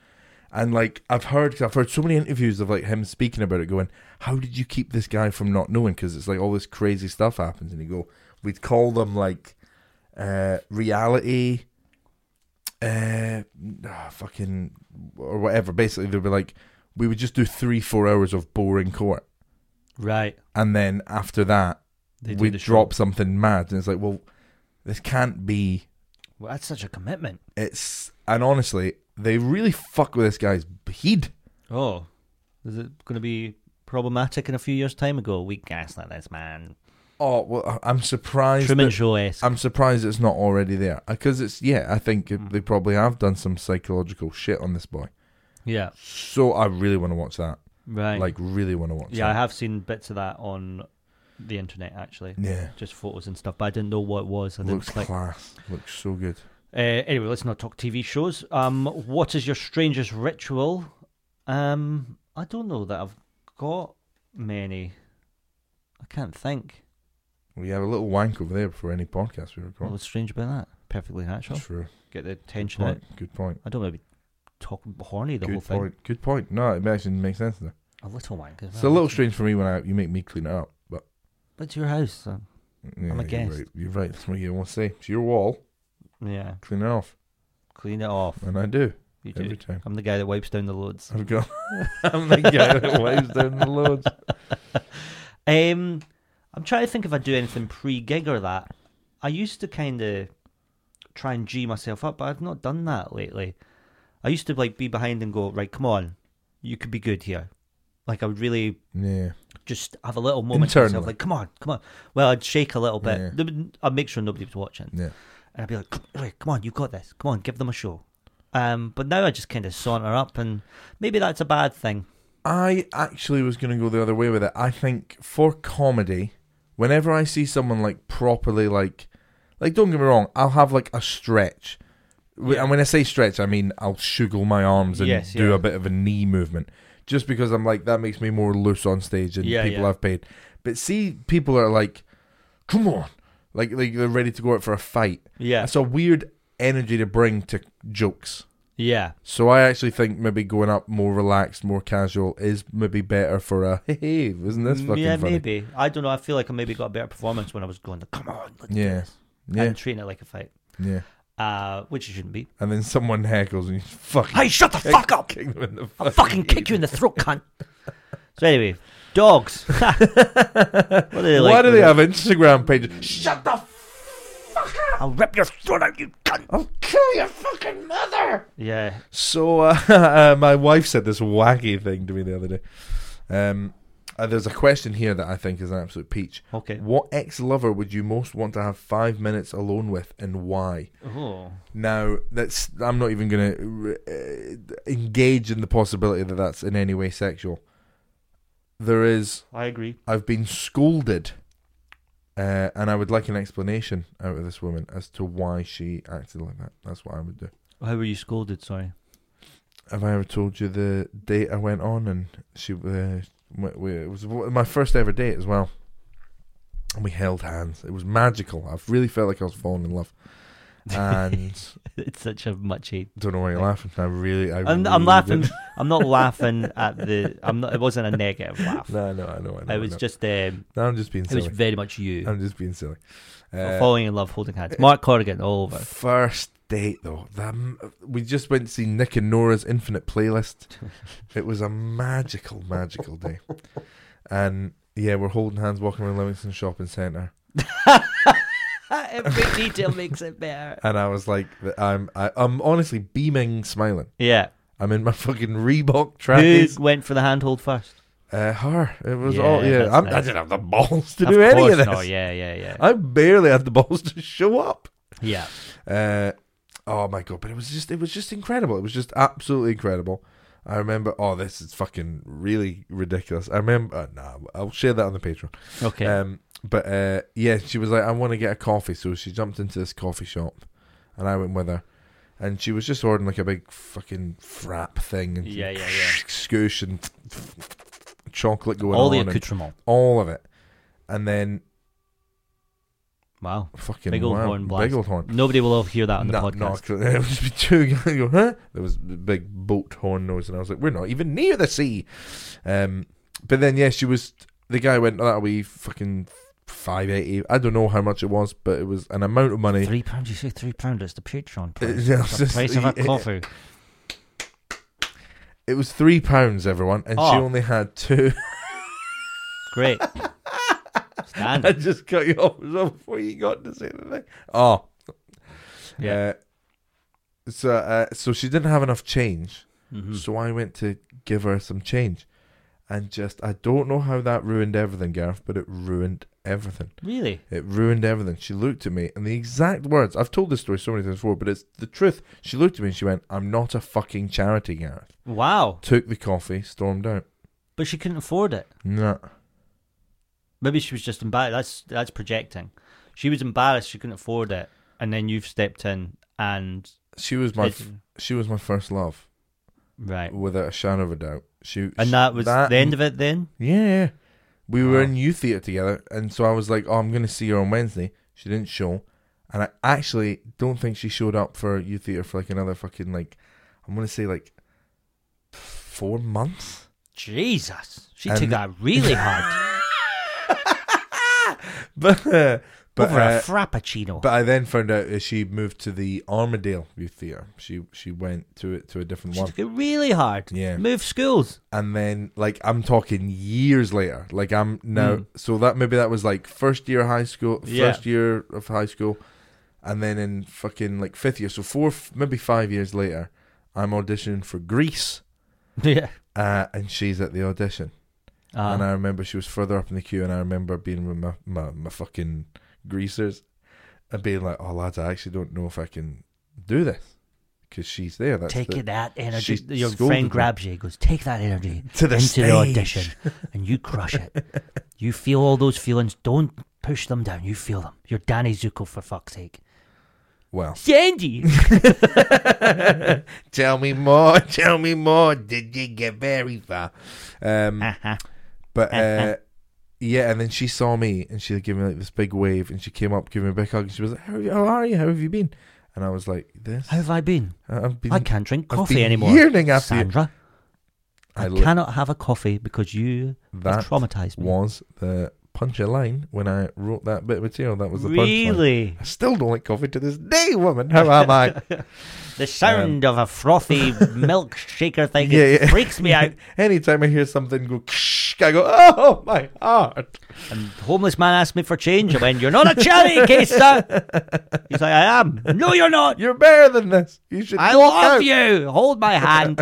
S1: And like I've heard, i I've heard so many interviews of like him speaking about it, going, "How did you keep this guy from not knowing?" Because it's like all this crazy stuff happens, and you go, "We'd call them like uh, reality." Uh, ah, fucking or whatever. Basically, they'd be like, we would just do three, four hours of boring court,
S2: Right.
S1: and then after that,
S2: They do
S1: we
S2: the show.
S1: drop something mad and it's like well this can't be
S2: Well, that's such a commitment.
S1: it's and honestly they really fuck with this guy's head
S2: Oh. Is it going to be problematic in a few years' time ago? We gaslit this man.
S1: oh well I- i'm surprised
S2: Truman
S1: that-
S2: Show esque.
S1: i'm surprised it's not already there because it's yeah i think
S2: Hmm.
S1: it, they probably have done some psychological shit on this boy
S2: Yeah.
S1: so i really want to watch that
S2: Right.
S1: like really want to watch
S2: yeah, I
S1: that
S2: have seen bits of that on the internet actually.
S1: yeah
S2: Just photos and stuff, but I didn't know what it was. I didn't
S1: looks
S2: click.
S1: class looks so good
S2: Uh, anyway, let's not talk TV shows. Um, what is your strangest ritual? Um, I don't know that I've got many. I can't think.
S1: we have a little wank over there before any podcast we record
S2: What was strange about that? Perfectly natural.
S1: true
S2: Get the
S1: good
S2: tension out.
S1: point good point
S2: I don't want to be talking horny the whole
S1: good
S2: thing.
S1: point good point no it actually makes sense there
S2: A little wank. as
S1: It's a
S2: well.
S1: little strange for me when I, you make me clean it up, but
S2: But to your house. So.
S1: yeah,
S2: I'm a
S1: you're
S2: guest.
S1: Right. You're right. That's what you want to say. It's your wall.
S2: Yeah,
S1: Clean it off,
S2: clean it off.
S1: and I do
S2: You do.
S1: every time.
S2: I'm the guy that wipes down the loads.
S1: I've got. I'm the guy that waves down the loads.
S2: Um, I'm trying to think if I do anything pre-gig or that. I used to kind of try and g myself up, but I've not done that lately. I used to like be behind and go, right, come on, you could be good here. Like I would really
S1: Yeah,
S2: just have a little moment to myself,
S1: Internally.
S2: like, come on, come on. Well, I'd shake a little bit.
S1: Yeah.
S2: They wouldn't- I'd make sure nobody was watching,
S1: yeah.
S2: and I'd be like, right, come on, you got this. Come on, give them a show. Um, but now I just kind of saunter up, and maybe that's a bad thing.
S1: I actually was going to go the other way with it. I think for comedy, whenever I see someone like properly like, like don't get me wrong, I'll have like a stretch. Wh-
S2: Yeah.
S1: And when I say stretch, I mean I'll shuggle my arms and
S2: Yes,
S1: do
S2: yeah.
S1: a bit of a knee movement, just because I'm like that makes me more loose on stage and
S2: Yeah,
S1: people
S2: yeah.
S1: I've paid. But see, people are like, come on, like like they're ready to go out for a fight.
S2: Yeah,
S1: That's a weird energy to bring to jokes.
S2: yeah,
S1: So I actually think maybe going up more relaxed, more casual is maybe better for a hey, hey isn't this fucking
S2: Mm, yeah,
S1: funny?
S2: maybe. I don't know. I feel like I maybe got a better performance when I was going, come on, let's do
S1: Yeah.
S2: this,"
S1: Yeah,
S2: and treating it like a fight,
S1: yeah.
S2: uh, which it shouldn't be.
S1: And then someone heckles and you fucking
S2: Hey, shut the fuck up!
S1: kick them in the
S2: I'll
S1: fucking
S2: fucking kick you in the throat, cunt. So anyway, dogs. what do they like? Mm.
S1: Why do they have Instagram pages? Shut the fuck up!
S2: I'll rip your throat out, you cunt.
S1: I'll kill your fucking mother!
S2: Yeah,
S1: So uh, my wife said this wacky thing to me the other day. Um, uh, there's a question here that I think is an absolute peach.
S2: Okay.
S1: What ex-lover would you most want to have five minutes alone with, and why?
S2: oh,
S1: Now, that's I'm not even going to uh, engage in the possibility that that's in any way sexual. There is.
S2: I agree.
S1: I've been scolded, uh, and I would like an explanation out of this woman as to why she acted like that. That's what I would do.
S2: How were you scolded? Sorry.
S1: Have I ever told you the date I went on and she uh, we, we, it was my first ever date as well, and we held hands. It was magical. I have really felt like I was falling in love, and
S2: It's such a much hate.
S1: don't know why you're laughing. I really, I
S2: I'm,
S1: really
S2: I'm laughing.
S1: did.
S2: I'm not laughing at the. I'm not. It wasn't a negative laugh.
S1: No, no, I know, I know.
S2: it was
S1: I know.
S2: just. Um,
S1: No, I'm just being
S2: it was
S1: silly.
S2: very much you.
S1: I'm just being silly.
S2: Or
S1: Uh,
S2: falling in love, holding hands. Mark Corrigan, all over.
S1: First date though, the, m- we just went to see Nick and Nora's Infinite Playlist. it was a magical, magical day, and yeah, we're holding hands, walking around Livingston Shopping Centre,
S2: Every detail makes it better.
S1: and I was like, th- I'm, I, I'm honestly beaming, smiling.
S2: Yeah.
S1: I'm in my fucking Reebok
S2: Who
S1: trackies.
S2: went for the handhold first?
S1: Uh, her, it was
S2: Yeah,
S1: all yeah.
S2: that's
S1: I'm, I
S2: nice.
S1: didn't have the balls to
S2: Of
S1: do any
S2: course
S1: of this. Uh,
S2: not. Yeah, yeah, yeah.
S1: I barely had the balls to show up.
S2: yeah.
S1: Uh, oh my god! But it was just it was just incredible. It was just absolutely incredible. I remember. Oh, this is fucking really ridiculous. I remember. Uh, nah, I'll share that on the Patreon.
S2: Okay.
S1: Um, but uh, yeah, she was like, I want to get a coffee. So she jumped into this coffee shop and I went with her. And she was just ordering like a big fucking frap thing and
S2: Yeah, yeah, yeah.
S1: scoosh and chocolate going
S2: All
S1: on
S2: the
S1: and
S2: accoutrement.
S1: all of it. And then
S2: Wow.
S1: fucking
S2: Big old
S1: wow,
S2: horn blast.
S1: Big old horn.
S2: Nobody will ever hear that on the
S1: No, no,
S2: podcast.
S1: it was just two guys go, huh? There was a big boat horn noise, and I was like, we're not even near the sea. Um, but then, yeah, she was. The guy went, oh, that'll be fucking five eighty. I don't know how much it was, but it was an amount of money.
S2: Three pounds. You say three pounds. It's the Patreon
S1: Uh,
S2: price.
S1: yeah, I was
S2: It's the
S1: just-
S2: price of a
S1: it-
S2: coffee.
S1: It was three pounds, everyone, and she
S2: Oh.
S1: only had two.
S2: Great.
S1: I
S2: Standard.
S1: just cut you off as well before you got to say the thing. Oh,
S2: Yeah.
S1: Uh, so, uh, so she didn't have enough change.
S2: hmm
S1: Uh, So I went to give her some change. And just, I don't know how that ruined everything, Gareth, but it ruined everything.
S2: Really?
S1: It ruined everything. She looked at me, and the exact words I've told this story so many times before, but it's the truth. She looked at me and she went, I'm not a fucking charity, Gareth.
S2: Wow.
S1: Took the coffee, stormed out.
S2: But she couldn't afford it.
S1: Nah.
S2: Maybe she was just embarrassed. That's that's projecting. She was embarrassed. She couldn't afford it, and then you've stepped in and
S1: She was my
S2: It-
S1: f- she was my first love,
S2: right.
S1: without a shadow of a doubt. She
S2: And
S1: she-
S2: that was the end of it. Then
S1: Yeah, yeah. We were
S2: Wow.
S1: in youth theatre together, and so I was like, "Oh, I'm going to see her on Wednesday." She didn't show, and I actually don't think she showed up for youth theatre for like another fucking like, I'm going to say like four months.
S2: Jesus, she
S1: And-
S2: took that really hard
S1: But uh, but
S2: over
S1: uh,
S2: a frappuccino.
S1: but I then found out that she moved to the Armadale Youth Theatre. She she went to it to a different
S2: she
S1: one,
S2: took it really hard.
S1: Yeah.
S2: move schools.
S1: and then like I'm talking years later. Like I'm now. So that maybe that was like first year high school, first
S2: Hmm. Yeah.
S1: year of high school, and then in fucking like fifth year. So four, f- maybe five years later, I'm auditioning for Greece,
S2: yeah,
S1: uh, and she's at the audition. And
S2: uh,
S1: I remember she was further up in the queue, and I remember being with my, my, my fucking greasers and being like, oh, lads, I actually don't know if I can do this because she's there. That's
S2: take
S1: the-
S2: it that energy.
S1: she
S2: Your
S1: scolded me.
S2: friend grabs you, goes, take that energy
S1: To the
S2: into the
S1: stage."
S2: audition, and you crush it. you feel all those feelings. Don't push them down. You feel them. You're Danny Zuko for fuck's sake.
S1: Well,
S2: Sandy.
S1: tell me more, tell me more. Did you get very far? Um,
S2: Ah,
S1: But uh, yeah, and then she saw me and she gave me like this big wave and she came up, gave me a big hug, and she was like, "How, how are you? How have you been?" And I was like, "This. uh,
S2: How have I been?
S1: I've been.
S2: I can't drink
S1: I've
S2: coffee
S1: been
S2: anymore.
S1: yearning after you.
S2: Sandra, I,
S1: li-
S2: cannot have a coffee because you
S1: That
S2: have traumatized me.
S1: was the punchline when I wrote that bit of material. That was the punchline.
S2: really?
S1: I still don't like coffee to this day, woman. How am I? Um,
S2: The sound of a frothy milk shaker thing
S1: Yeah,
S2: it
S1: yeah.
S2: freaks me out.
S1: Anytime I hear something go, ksh, I go, oh my heart.
S2: And the homeless man asked me for change. I went, You're not a charity case, sir. He's like, I am. No, you're not.
S1: You're better than this. You should.
S2: I
S1: walk
S2: love
S1: out.
S2: you. Hold my hand,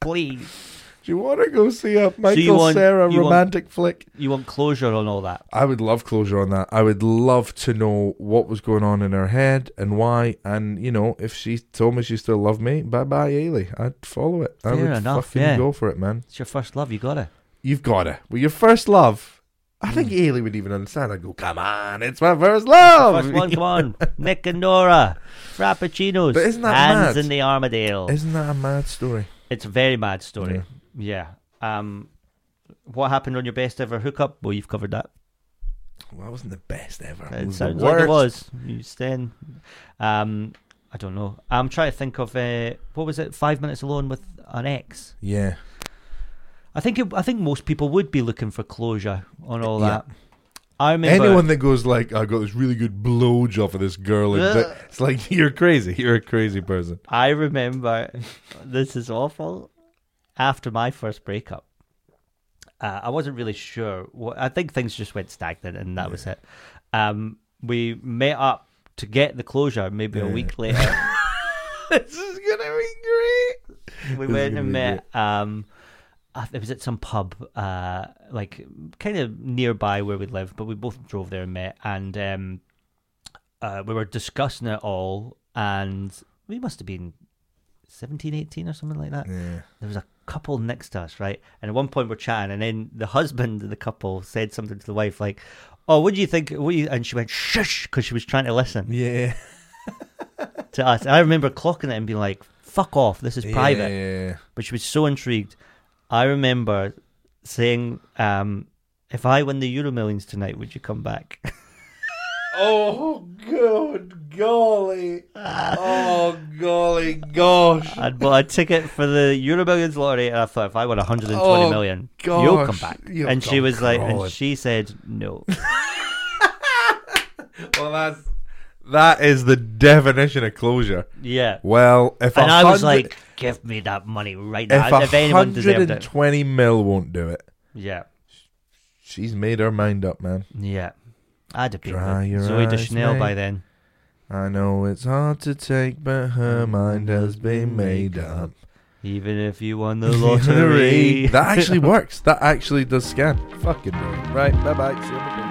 S2: please.
S1: Do you want to go see a Michael
S2: want-
S1: Sarah
S2: you want-
S1: romantic flick?
S2: You want closure on all that.
S1: I would love closure on that. I would love to know what was going on in her head and why. And you know, if she told me she still loved me, bye bye, Ailey. I'd follow it. I
S2: Fair
S1: would
S2: enough,
S1: fucking
S2: yeah.
S1: go for it, man.
S2: It's your first love. You got it.
S1: You've got it. Well, your first love. I
S2: Hmm.
S1: think Ailey would even understand. I'd go, come on, it's my first love.
S2: First one, come on. Nick and Nora. Frappuccinos.
S1: But isn't that
S2: Hands
S1: mad?
S2: in the Armadale.
S1: Isn't that a mad story?
S2: It's a very mad story. Yeah. Um, what happened on your best ever hookup? Well, you've covered that.
S1: Well, I wasn't the best ever.
S2: It
S1: was the
S2: sounds like
S1: worst.
S2: it was. You stand. Um, I don't know. I'm trying to think of uh, what was it? Five minutes alone with an ex.
S1: Yeah.
S2: I think it, I think most people would be looking for closure on all
S1: Yeah.
S2: that. I remember.
S1: Anyone that goes like, I got this really good blowjob for this girl, and
S2: Ugh.
S1: that- it's like you're crazy. You're a crazy person.
S2: I remember this is awful. After my first breakup, uh, I wasn't really sure. What, I think things just went stagnant, and that was it. Um, we met up to get the closure. Maybe a
S1: Yeah.
S2: week later,
S1: this is gonna be great.
S2: we
S1: This is
S2: went
S1: gonna
S2: and
S1: be
S2: met. Um, I- it was at some pub, uh, like kind of nearby where we lived, but we both drove there and met, and um, uh, we were discussing it all. And we must have been 17, 18 or something like that.
S1: Yeah.
S2: There was a couple next to us, right? And at one point we're chatting, and then the husband of the couple said something to the wife like, "Oh, what do you think?" What do you? And she went shush because she was trying to listen
S1: Yeah.
S2: to us. And I remember clocking it and being like, "Fuck off! This is private."
S1: Yeah.
S2: but she was so intrigued. I remember saying, um, "If I win the Euro Millions tonight, would you come back?"
S1: Oh, good golly. Oh, golly gosh.
S2: I'd bought a ticket for the Euro Millions lottery, and I thought, if I won 120
S1: Oh,
S2: million,
S1: gosh.
S2: you'll come back.
S1: You'll
S2: and she
S1: come-
S2: was like,
S1: God.
S2: and she said, "No."
S1: Well, that's that is the definition of closure.
S2: Yeah,
S1: Well, if
S2: and
S1: a
S2: I was
S1: hundred-
S2: like, "Give me that money right
S1: if,
S2: now." If anyone deserved it,
S1: 120 mil won't do it,
S2: yeah,
S1: she's made her mind up, man.
S2: yeah. I'd have been
S1: Dry
S2: with
S1: your
S2: Zoe
S1: eyes,
S2: Deschanel by
S1: mate.
S2: then.
S1: I know it's hard to take, but her mind has been made up.
S2: Even if you won the lottery,
S1: that actually works. That actually does scan. Fucking do it. Right. Bye bye.